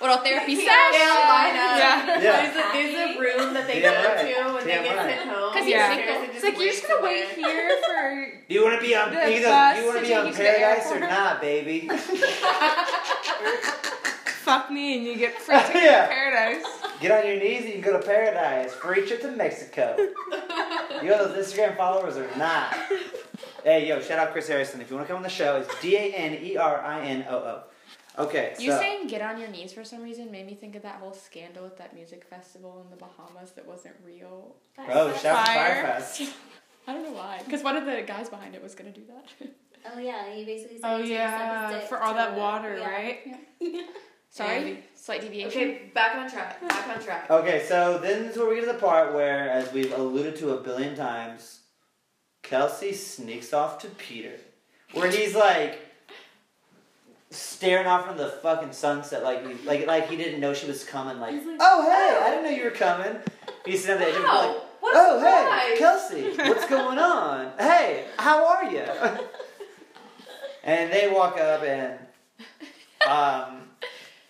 Speaker 4: Little therapy
Speaker 1: They
Speaker 4: session.
Speaker 1: line up.
Speaker 5: Yeah.
Speaker 2: Yeah.
Speaker 1: There's, a, there's a room that they
Speaker 2: Yeah,
Speaker 1: go
Speaker 2: right.
Speaker 1: to when
Speaker 2: Yeah,
Speaker 1: they get
Speaker 2: right.
Speaker 1: sent home.
Speaker 4: 'Cause
Speaker 1: They
Speaker 4: he's
Speaker 1: go
Speaker 4: single.
Speaker 1: upstairs and
Speaker 5: It's
Speaker 1: just
Speaker 5: like you're just gonna
Speaker 1: somewhere.
Speaker 5: wait here for
Speaker 2: Do you want to be on
Speaker 5: The
Speaker 2: either?
Speaker 5: bus
Speaker 2: You want to
Speaker 5: to
Speaker 2: be
Speaker 5: take
Speaker 2: on
Speaker 5: you to the
Speaker 2: Paradise or
Speaker 5: airport.
Speaker 2: not, baby?
Speaker 5: fuck me and you get free ticket
Speaker 2: Yeah.
Speaker 5: to paradise.
Speaker 2: Get on your knees and you go to Paradise. Free trip to Mexico. you know those Instagram followers or not? Hey, yo, shout out Chris Harrison. If you want to come on the show, it's D A N E R I N O O. Okay,
Speaker 4: You
Speaker 2: so
Speaker 4: saying get on your knees for some reason made me think of that whole scandal at that music festival in the Bahamas that wasn't real.
Speaker 2: oh, shout out to
Speaker 5: Fire.
Speaker 2: Firefest.
Speaker 4: I don't know why. Because one of the guys behind it was gonna do that.
Speaker 3: Oh yeah, he basically. said
Speaker 5: Oh
Speaker 3: he takes up his
Speaker 5: yeah,
Speaker 3: dick
Speaker 5: for all
Speaker 3: to
Speaker 5: that
Speaker 3: the-
Speaker 5: water,
Speaker 3: yeah.
Speaker 5: right?
Speaker 4: Sorry,
Speaker 5: Andy.
Speaker 4: slight deviation.
Speaker 1: Okay, back on track. Back on track.
Speaker 2: Okay, so then this is where we get to the part where, as we've alluded to a billion times, Kelsey sneaks off to Peter, where he's like staring off into the fucking sunset, like he, like like he didn't know she was coming. Like, oh hey, I didn't know you were coming. He's sitting at the edge of the pool, like,
Speaker 1: Wow, what's
Speaker 2: oh
Speaker 1: that?
Speaker 2: hey, Kelsey, what's going on? Hey, how are you? and they walk up and um,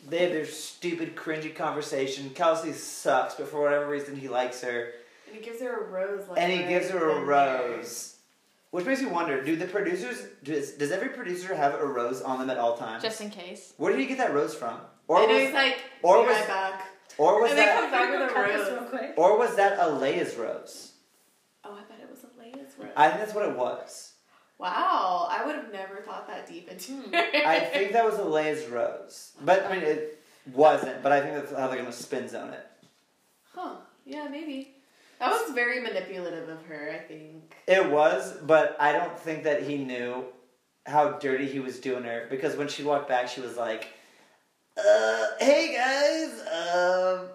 Speaker 2: they have their stupid, cringy conversation. Kelsey sucks, but for whatever reason, he likes her,
Speaker 1: And he gives her a rose. Like
Speaker 2: and he
Speaker 1: right
Speaker 2: gives her a
Speaker 1: then there.
Speaker 2: rose. Which makes me wonder: Do the producers does, does every producer have a rose on them at all times?
Speaker 4: Just in case.
Speaker 2: Where did he get that rose from? Or
Speaker 1: And he's
Speaker 2: was,
Speaker 1: like,
Speaker 2: or
Speaker 1: or be
Speaker 2: was-
Speaker 1: right back.
Speaker 2: or was
Speaker 1: And they come
Speaker 2: that
Speaker 1: back with a
Speaker 3: Cut this
Speaker 1: rose.
Speaker 3: quick.
Speaker 2: or was that Alea's rose?
Speaker 1: Oh, I bet it was Alea's rose.
Speaker 2: I think that's what it was.
Speaker 1: wow, I would have never thought that deep into
Speaker 3: Hmm.
Speaker 1: it.
Speaker 2: I think that was Alea's rose, but I mean it wasn't. But I think that's how they're gonna spin zone it.
Speaker 1: Huh? Yeah, maybe. That was very manipulative of her. I think.
Speaker 2: It was, but I don't think that he knew how dirty he was doing her because when she walked back, she was like, uh, "Hey guys, um,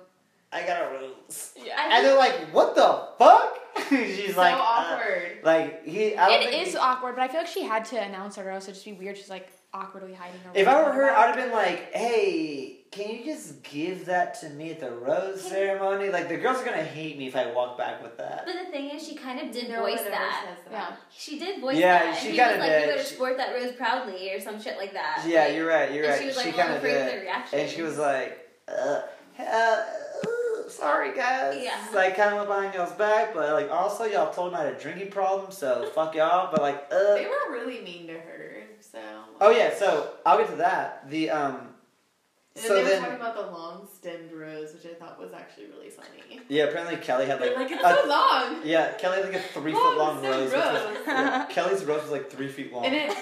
Speaker 2: I got a rose,"
Speaker 4: Yeah.
Speaker 2: and they're like, "What the fuck?" She's
Speaker 1: so
Speaker 2: like, uh,
Speaker 1: awkward.
Speaker 2: like he, I don't think
Speaker 4: It is
Speaker 2: he-
Speaker 4: awkward, but I feel like she had to announce it or else it'd just be weird. She's like awkwardly hiding her.
Speaker 2: if I were her, I'd have been like, "Hey." Can you just give that to me at the rose ceremony? Like the girls are gonna hate me if I walk back with that.
Speaker 3: But the thing is, she kind of did
Speaker 1: No one
Speaker 3: voice
Speaker 1: ever
Speaker 3: that.
Speaker 1: says that.
Speaker 4: Yeah.
Speaker 3: She did voice
Speaker 2: Yeah,
Speaker 3: that. and
Speaker 2: she
Speaker 3: he
Speaker 2: kinda
Speaker 3: was like,
Speaker 2: did.
Speaker 3: You better
Speaker 2: She-
Speaker 3: sport that rose proudly or some shit like that.
Speaker 2: Yeah,
Speaker 3: Like,
Speaker 2: you're right. You're
Speaker 3: and
Speaker 2: right.
Speaker 3: she was like, well,
Speaker 2: kind
Speaker 3: I'm
Speaker 2: of
Speaker 3: afraid of
Speaker 2: did.
Speaker 3: the reaction.
Speaker 2: And she was like, uh, uh, sorry guys.
Speaker 3: Yeah.
Speaker 2: Like kind of went behind y'all's back, but like also y'all told him I had a drinking problem, so fuck y'all. But like, uh,
Speaker 1: They were really mean to her, so.
Speaker 2: oh yeah. So I'll get to that. The um,
Speaker 1: And then
Speaker 2: so
Speaker 1: they were
Speaker 2: then-
Speaker 1: talking about the long stemmed rose, which I thought was actually really funny.
Speaker 2: yeah. Apparently Kelly had like, uh,
Speaker 1: Like, it's
Speaker 2: a-
Speaker 1: so long!
Speaker 2: yeah. Kelly had like a three
Speaker 1: Long
Speaker 2: foot long
Speaker 1: stem
Speaker 2: rose.
Speaker 1: rose.
Speaker 2: which was- yeah, Kelly's rose was like three feet long.
Speaker 1: And it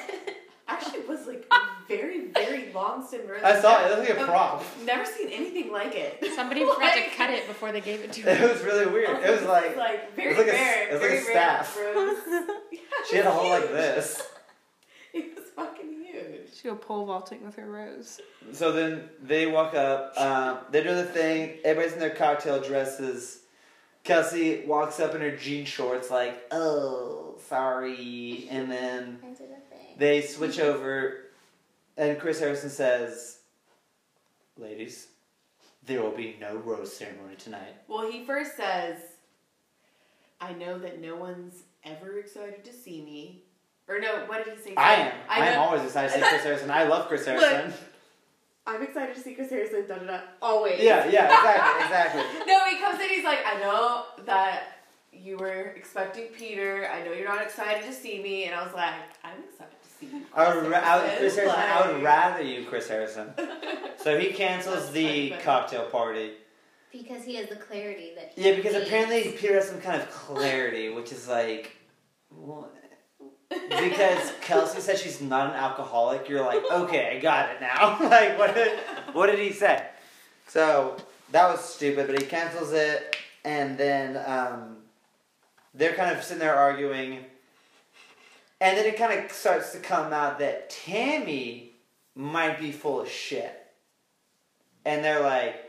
Speaker 1: actually was like very, very long stemmed rose.
Speaker 2: I saw it. It looked like a prop.
Speaker 1: Never seen anything like it.
Speaker 4: Somebody forgot to cut it before they gave it to
Speaker 2: It
Speaker 4: her.
Speaker 2: was really weird. It was like
Speaker 1: like very
Speaker 2: it was like a s-
Speaker 1: rare.
Speaker 2: it was like
Speaker 1: very
Speaker 2: a
Speaker 1: rare
Speaker 2: staff.
Speaker 1: rose. Yeah,
Speaker 2: she had a hole like
Speaker 1: huge.
Speaker 2: this.
Speaker 1: It was fucking huge.
Speaker 5: She go pole vaulting with her rose.
Speaker 2: So then they walk up. Um, they do the thing. Everybody's in their cocktail dresses. Kelsey walks up in her jean shorts, like, "Oh, sorry," and then
Speaker 3: I did a thing.
Speaker 2: they switch over, and Chris Harrison says, "Ladies, there will be no rose ceremony tonight."
Speaker 1: Well, he first says, "I know that no one's ever excited to see me." Or no, what did he say?
Speaker 2: I am. I,
Speaker 1: I
Speaker 2: am
Speaker 1: know-
Speaker 2: always excited to see Chris Harrison. I love Chris Harrison.
Speaker 1: I'm excited to see Chris Harrison. Da da da. Always.
Speaker 2: Yeah, yeah, exactly, exactly.
Speaker 1: No, he comes in. He's like, I know that you were expecting Peter. I know you're not excited to see me, and I was like, I'm excited to see you.
Speaker 2: I would, ra- I would, Chris Harrison. I would
Speaker 1: Like-
Speaker 2: rather you, Chris Harrison. So he cancels
Speaker 1: That's
Speaker 2: the
Speaker 1: funny.
Speaker 2: cocktail party.
Speaker 3: Because he has the clarity that he
Speaker 2: Yeah, because
Speaker 3: needs.
Speaker 2: apparently Peter has some kind of clarity, which is like, what? because Kelsey says she's not an alcoholic. You're like, okay, I got it now. like, what? Did, what did he say? So that was stupid, but he cancels it, and then um, they're kind of sitting there arguing, and then it kind of starts to come out that Tammy might be full of shit, and they're like.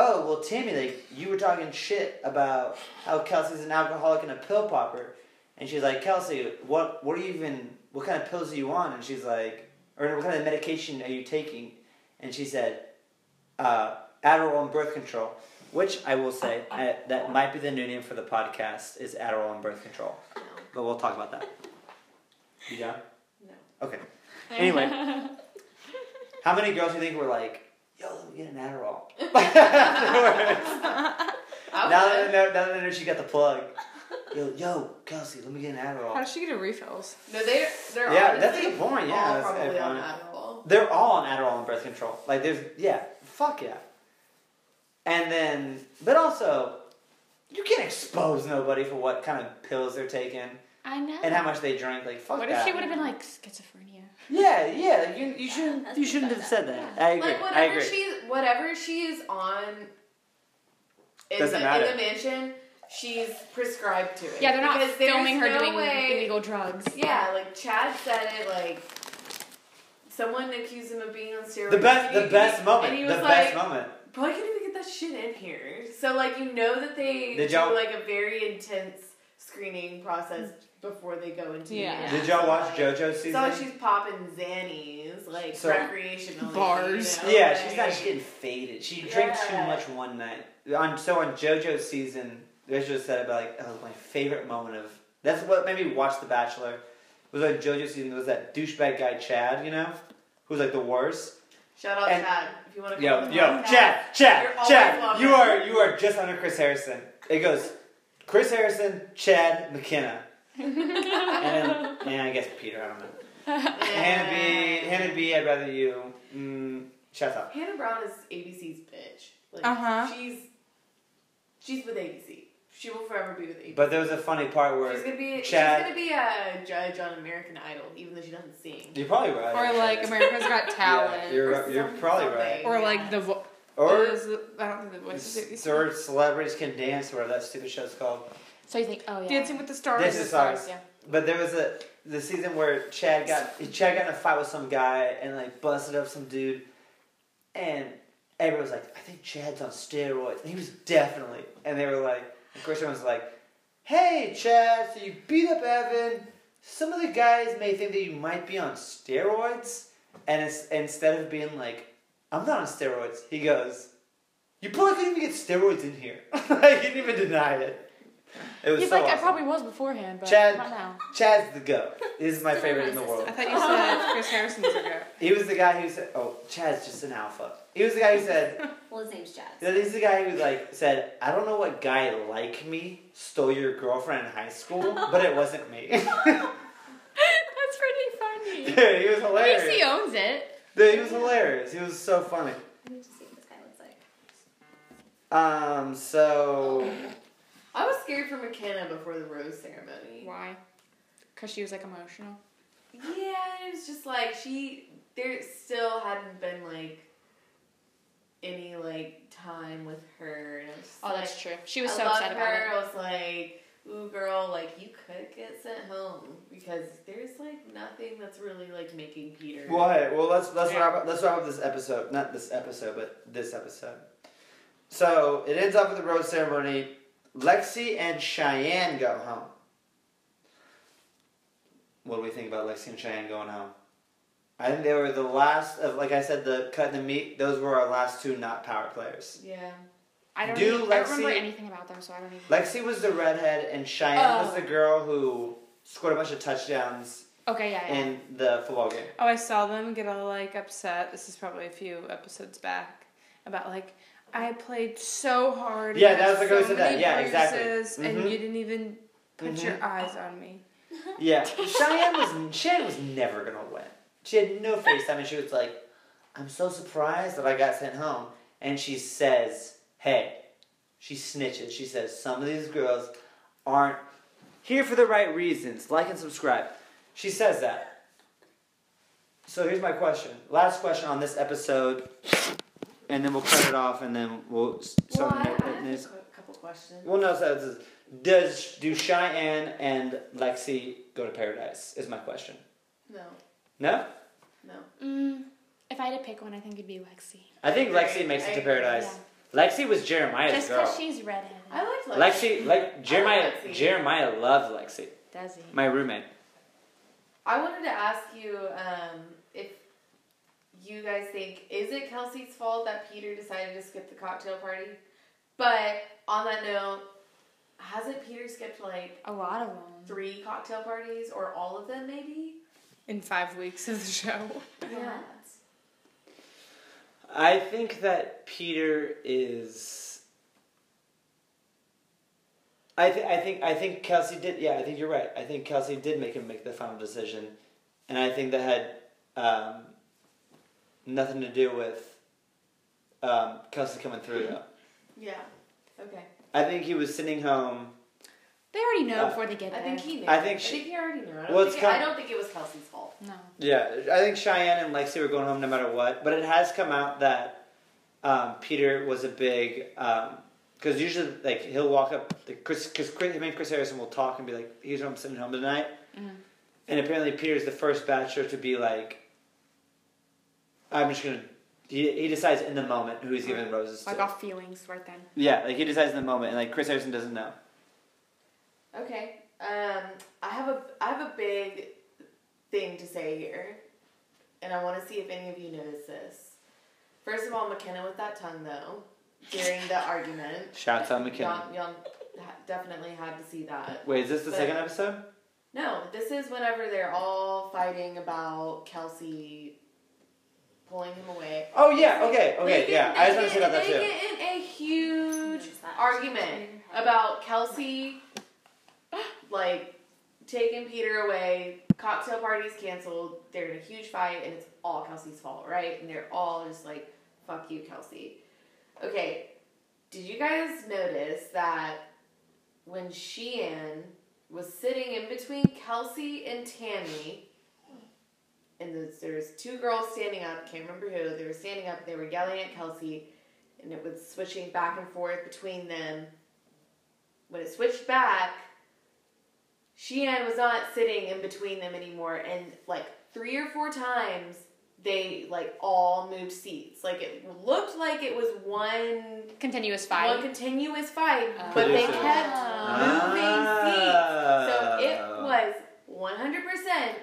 Speaker 2: Oh, well, Tammy, like, you were talking shit about how Kelsey's an alcoholic and a pill popper. And she's like, Kelsey, what, what are you even, what kind of pills are you on? And she's like, or what kind of medication are you taking? And she said, uh, Adderall and birth control. Which I will say, I, that might be the new name for the podcast, is Adderall and birth control.
Speaker 1: No,
Speaker 2: But we'll talk about that. You done?
Speaker 1: no.
Speaker 2: Okay. Anyway, how many girls do you think were like, yo, let me get an Adderall? Afterwards.
Speaker 1: I
Speaker 2: Now
Speaker 1: would.
Speaker 2: that I know, now that I know she got the plug. Yo, yo, Kelsey, let me get an
Speaker 5: How
Speaker 2: Adderall.
Speaker 5: does she get her refills?
Speaker 1: No, they they're
Speaker 2: Yeah,
Speaker 1: honestly
Speaker 2: that's a good point, yeah,
Speaker 1: all
Speaker 2: that's a good
Speaker 1: probably on
Speaker 2: point.
Speaker 1: Adderall.
Speaker 2: They're all on Adderall and birth control. Like, there's, yeah, fuck yeah. And then, but also, you can't expose nobody for what kind of pills they're taking
Speaker 4: I know.
Speaker 2: and how much they drink. Like, fuck
Speaker 4: what if
Speaker 2: that.
Speaker 4: she would have been like schizophrenia?
Speaker 2: Yeah, yeah, you, you shouldn't,
Speaker 3: that's
Speaker 2: you shouldn't have
Speaker 3: fucked
Speaker 2: said that. I agree.
Speaker 1: Like
Speaker 2: I
Speaker 1: whatever
Speaker 2: agree.
Speaker 1: she whatever she is on in,
Speaker 2: Doesn't
Speaker 1: the, in
Speaker 2: matter.
Speaker 1: the mansion, she's prescribed to it.
Speaker 4: Yeah, they're not
Speaker 1: Because there's
Speaker 4: filming her
Speaker 1: no
Speaker 4: doing
Speaker 1: way-
Speaker 4: illegal drugs.
Speaker 1: Yeah, like Chad said it. Like someone accused him of being on steroids.
Speaker 2: the best,
Speaker 1: and
Speaker 2: the
Speaker 1: he-
Speaker 2: best moment.
Speaker 1: And he
Speaker 2: The
Speaker 1: was
Speaker 2: best
Speaker 1: like,
Speaker 2: moment.
Speaker 1: probably couldn't even get that shit in here. So like you know that they
Speaker 2: Did
Speaker 1: do
Speaker 2: y'all-
Speaker 1: like a very intense screening process before they go into
Speaker 5: Yeah.
Speaker 1: the mansion.
Speaker 2: Did y'all watch
Speaker 1: Like,
Speaker 2: JoJo's season?
Speaker 1: So she's popping zannies, like
Speaker 2: So-
Speaker 1: recreational
Speaker 5: Bars.
Speaker 2: Yeah, she's not. She's getting faded. She drank too
Speaker 1: Yeah.
Speaker 2: much one night. On so on JoJo's season, JoJo said about like oh, my favorite moment of that's what made me watch The Bachelor. Was on JoJo's season. There was that douchebag guy Chad, you know, who's like the worst.
Speaker 1: Shout out
Speaker 2: And-
Speaker 1: Chad if you want to.
Speaker 2: Yo, yo, Chad, Chad,
Speaker 1: You're always
Speaker 2: Chad.
Speaker 1: welcome.
Speaker 2: You are you are just under Chris Harrison. It goes Chris Harrison, Chad, McKenna, and then and I guess Peter. I don't know. Hannah B. Hannah B. I'd rather you. Mm, shut up.
Speaker 1: Hannah Brown is ABC's bitch. Like,
Speaker 5: Uh-huh.
Speaker 1: She's she's with ABC. She will forever be with ABC.
Speaker 2: But there was a funny part where
Speaker 1: she's gonna be
Speaker 2: Chad-
Speaker 1: she's gonna be a judge on American Idol, even though she doesn't sing.
Speaker 2: You're probably right.
Speaker 5: Or like America's Got Talent.
Speaker 2: Yeah, you're
Speaker 1: Or
Speaker 2: you're
Speaker 1: some-
Speaker 2: probably
Speaker 1: something.
Speaker 2: right.
Speaker 5: Or like the vo-
Speaker 2: Or
Speaker 5: is the- I don't think the voice is
Speaker 2: or celebrities can dance, whatever that stupid show's called.
Speaker 4: So you think, oh yeah.
Speaker 5: Dancing with the Stars.
Speaker 2: This is ours.
Speaker 4: Yeah.
Speaker 2: But there was a the season where Chad got Chad got in a fight with some guy and like busted up some dude, and everyone was like, "I think Chad's on steroids," and he was definitely. And they were like, and Christian was like, "Hey, Chad, so you beat up Evan. Some of the guys may think that you might be on steroids," and it's, instead of being like, "I'm not on steroids," he goes, "You probably couldn't even get steroids in here." like he didn't even deny it. It was
Speaker 4: He's
Speaker 2: so
Speaker 4: like, I
Speaker 2: awesome.
Speaker 4: probably was beforehand, but
Speaker 2: Chad-
Speaker 4: not now.
Speaker 2: Chad's the go. He's my
Speaker 3: Still
Speaker 2: favorite in the
Speaker 3: my
Speaker 2: world.
Speaker 3: sister.
Speaker 5: I thought you said Chris Harrison's a girl.
Speaker 2: He was the guy who said, "Oh, Chad's just an alpha." He was the guy who said,
Speaker 3: Well, his name's Chad.
Speaker 2: "He's the guy who like said, I don't know what guy like me stole your girlfriend in high school, but it wasn't me."
Speaker 4: That's pretty funny.
Speaker 2: Dude, he was
Speaker 4: At least he
Speaker 2: hilarious.
Speaker 4: owns it.
Speaker 2: Dude, he was hilarious. He was so funny.
Speaker 3: I need to see what this guy looks like.
Speaker 2: Um, so
Speaker 1: I was scared for McKenna before the rose ceremony.
Speaker 4: Why? Because she was like emotional.
Speaker 1: Yeah, it was just like she. There still hadn't been like any like time with her. And I was just
Speaker 4: Oh,
Speaker 1: like,
Speaker 4: that's true. She was
Speaker 1: I
Speaker 4: so
Speaker 1: love
Speaker 4: upset about
Speaker 1: her.
Speaker 4: it.
Speaker 1: I was like, "Ooh, girl, like you could get sent home because there's like nothing that's really like making Peter."
Speaker 2: Well, hey, well, let's let's
Speaker 1: Yeah.
Speaker 2: wrap up, let's wrap up this episode. Not this episode, but this episode. So it ends up with the road ceremony. Lexi and Cheyenne go home. What do we think about Lexi and Cheyenne going home? I think they were the last of, like I said, the cut and the meat. Those were our last two not power players.
Speaker 1: Yeah.
Speaker 4: I don't,
Speaker 2: Do
Speaker 4: even- I don't remember
Speaker 2: Lexi-
Speaker 4: anything about them, so I don't even.
Speaker 2: Lexi was the redhead, and Cheyenne was
Speaker 1: Oh.
Speaker 2: the girl who scored a bunch of touchdowns
Speaker 4: Okay, yeah, yeah.
Speaker 2: in the football game.
Speaker 5: Oh, I saw them get all like upset. This is probably a few episodes back about like I played so hard. and
Speaker 2: Yeah,
Speaker 5: I
Speaker 2: that
Speaker 5: have
Speaker 2: was the girl who said that.
Speaker 5: many
Speaker 2: Yeah, exactly. Mm-hmm.
Speaker 5: bruises,
Speaker 2: Mhm.
Speaker 5: And you didn't even put your eyes on me.
Speaker 2: Yeah, Cheyenne was Cheyenne was never gonna win. She had no face. I mean, she was like, "I'm so surprised that I got sent home." And she says, "Hey," she snitches. She says, "Some of these girls aren't here for the right reasons. Like and subscribe." She says that. So here's my question. Last question on this episode, and then we'll cut it off, and then we'll. s- So
Speaker 1: well, I,
Speaker 2: no-
Speaker 1: I have a
Speaker 2: there's-
Speaker 1: cou- couple questions.
Speaker 2: well, no. So this is- does do Cheyenne and Lexi go to paradise? Is my question.
Speaker 1: No,
Speaker 2: No,
Speaker 1: no.
Speaker 4: Mm, if I had to pick one, I think it'd be Lexi.
Speaker 2: I think Lexi makes it to paradise. Lexi was Jeremiah's
Speaker 4: Just because
Speaker 2: girl.
Speaker 4: she's redheaded.
Speaker 1: I liked Lexi.
Speaker 2: Lexi, like Jeremiah,
Speaker 1: Lexi.
Speaker 2: Jeremiah loved Lexi,
Speaker 4: Does he?
Speaker 2: my roommate.
Speaker 1: I wanted to ask you um, if you guys think is it Kelsey's fault that Peter decided to skip the cocktail party? But on that note, hasn't Peter skipped like
Speaker 4: A lot of them.
Speaker 1: three cocktail parties or all of them maybe?
Speaker 5: In five weeks of the show.
Speaker 1: Yeah.
Speaker 2: I think that Peter is. I, th- I think I think Kelsey did. Yeah, I think you're right. I think Kelsey did make him make the final decision, and I think that had um, nothing to do with um, Kelsey coming through. Though
Speaker 1: Yeah. Okay.
Speaker 2: I think he was sitting home.
Speaker 4: They already know
Speaker 2: Uh,
Speaker 4: before they get
Speaker 1: I
Speaker 4: there.
Speaker 1: think he knew.
Speaker 2: I think she-
Speaker 1: I think he already knew. I don't,
Speaker 2: Well, it's
Speaker 1: think, I
Speaker 2: kind-
Speaker 1: don't think it was Kelsey's fault.
Speaker 4: No.
Speaker 2: Yeah, I think Cheyenne and Lexi were going home no matter what. But it has come out that um, Peter was a big because usually like he'll walk up the Chris because Chris, him and Chris Harrison will talk and be like, "He's home sitting home tonight," and apparently Peter's the first bachelor to be like, "I'm just gonna." He, he decides in the moment who he's giving roses
Speaker 4: Like
Speaker 2: to.
Speaker 4: off feelings right then.
Speaker 2: Yeah, like he decides in the moment, and like Chris Harrison doesn't know.
Speaker 1: Okay. Um, I have a I have a big thing to say here, and I want to see if any of you notice this. First of all, McKenna with that tongue though, during the argument,
Speaker 2: Shouts out McKinnon.
Speaker 1: y'all, y'all ha- definitely had to see that.
Speaker 2: Wait, is this the
Speaker 1: But-
Speaker 2: second episode?
Speaker 1: No, this is whenever they're all fighting about Kelsey pulling him away.
Speaker 2: Oh yeah, okay,
Speaker 1: They
Speaker 2: okay,
Speaker 1: get-
Speaker 2: yeah. I just
Speaker 1: they
Speaker 2: want to say
Speaker 1: get-
Speaker 2: about that too.
Speaker 1: They get in a huge
Speaker 3: Notice that.
Speaker 1: argument about Kelsey, like taking Peter away. Cocktail party's canceled. They're in a huge fight, and it's all Kelsey's fault, right? And they're all just like, "Fuck you, Kelsey." Okay, did you guys notice that when Sheehan was sitting in between Kelsey and Tammy? and there's, there's two girls standing up. Can't remember who. They were standing up. They were yelling at Kelsey, and it was switching back and forth between them. When it switched back, Sheehan was not sitting in between them anymore, and like three or four times they like all moved seats. Like it looked like it was one
Speaker 4: Continuous fight.
Speaker 1: one continuous fight, but they
Speaker 2: Producers.
Speaker 1: kept moving seats. So it
Speaker 2: Ah.
Speaker 1: was 100%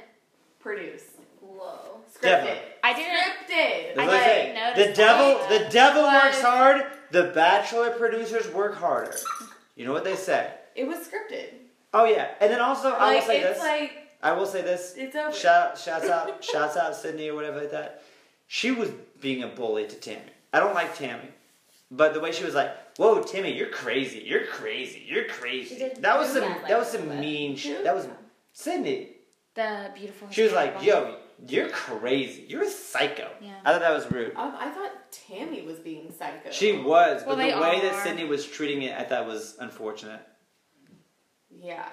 Speaker 1: produced.
Speaker 3: Whoa.
Speaker 1: Scripted.
Speaker 4: I didn't.
Speaker 1: Scripted.
Speaker 2: That's
Speaker 4: I
Speaker 2: what I say.
Speaker 4: didn't notice
Speaker 2: The devil,
Speaker 4: that.
Speaker 2: the devil
Speaker 1: But-
Speaker 2: works hard. The Bachelor producers work harder. You know what they say.
Speaker 1: It was scripted.
Speaker 2: Oh yeah, and then also I will
Speaker 1: Like
Speaker 2: say
Speaker 1: it's
Speaker 2: this.
Speaker 1: like
Speaker 2: I will say this.
Speaker 1: it's over.
Speaker 2: Shout shouts out shouts out Sydney or whatever like that. She was being a bully to Tammy. I don't like Tammy. But the way she was like, Whoa Timmy, you're crazy, you're crazy, you're
Speaker 3: She
Speaker 2: crazy.
Speaker 3: did
Speaker 2: That was some
Speaker 3: really bad
Speaker 2: that was
Speaker 3: like
Speaker 2: some
Speaker 3: that.
Speaker 2: mean shit. That was Sydney.
Speaker 4: The beautiful.
Speaker 2: She was
Speaker 4: Hispanic
Speaker 2: like,
Speaker 4: woman.
Speaker 2: Yo, you're crazy. You're a psycho.
Speaker 4: Yeah.
Speaker 2: I thought that was rude.
Speaker 1: Um, I thought Tammy was being psycho.
Speaker 2: She was,
Speaker 4: Well,
Speaker 2: but the
Speaker 4: they
Speaker 2: way
Speaker 4: are.
Speaker 2: that Sydney was treating it, I thought was unfortunate.
Speaker 1: Yeah.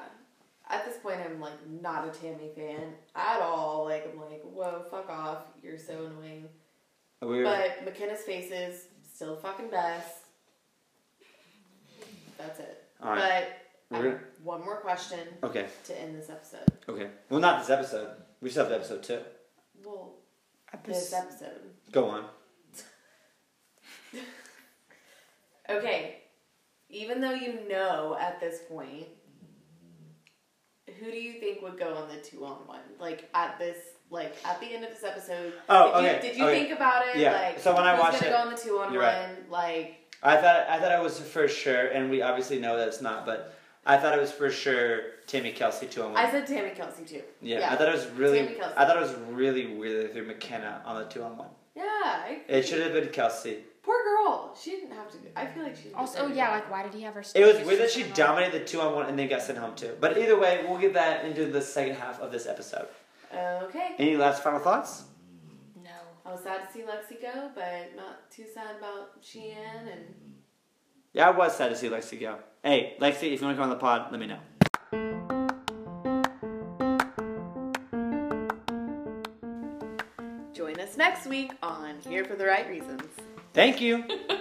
Speaker 1: At this point, I'm like not a Tammy fan at all. Like I'm like, whoa, fuck off. You're so annoying.
Speaker 2: We were,
Speaker 1: But McKenna's face is still fucking best. That's it.
Speaker 2: all right.
Speaker 1: But
Speaker 2: We're
Speaker 1: I- one more question
Speaker 2: okay,
Speaker 1: to end this episode.
Speaker 2: okay. Well, not this episode. We still have the episode two.
Speaker 1: Well, this
Speaker 5: This-
Speaker 1: episode.
Speaker 2: Go on.
Speaker 1: Okay. Even though you know at this point, who do you think would go on the two on one? Like at this, like at the end of this episode.
Speaker 2: Oh,
Speaker 1: did
Speaker 2: okay,
Speaker 1: You, did you
Speaker 2: okay.
Speaker 1: think about it?
Speaker 2: Yeah,
Speaker 1: Like,
Speaker 2: so when I
Speaker 1: who's
Speaker 2: watched
Speaker 1: gonna
Speaker 2: it-
Speaker 1: go on the two on
Speaker 2: you're
Speaker 1: one?
Speaker 2: right.
Speaker 1: Like,
Speaker 2: I thought I thought it was for sure, and we obviously know that it's not, but I thought it was for sure Timmy Kelsey two on one.
Speaker 1: I said Tammy Kelsey too.
Speaker 2: yeah,
Speaker 1: yeah.
Speaker 2: I thought it was really,
Speaker 1: Tammy Kelsey.
Speaker 2: I thought it was really weird they threw McKenna on the two on one.
Speaker 1: Yeah, I
Speaker 2: It should have been Kelsey.
Speaker 1: Poor girl. She didn't have to. I feel like she. didn't
Speaker 4: Also,
Speaker 1: deserve
Speaker 4: yeah,
Speaker 1: it.
Speaker 4: like why did he have her?
Speaker 2: It was
Speaker 4: sister
Speaker 2: weird that
Speaker 4: sit
Speaker 2: she
Speaker 4: on-
Speaker 2: dominated the two on one and then got sent home too. But either way, we'll get that into the second half of this episode.
Speaker 1: Okay.
Speaker 2: Any last final thoughts?
Speaker 4: No.
Speaker 1: I was sad to see Lexi go, but not too sad about Sheehan and.
Speaker 2: Yeah, I was sad to see Lexi go. Hey, Lexi, if you want to come on the pod, let me know.
Speaker 1: Join us next week on Here for the Right Reasons.
Speaker 2: Thank you.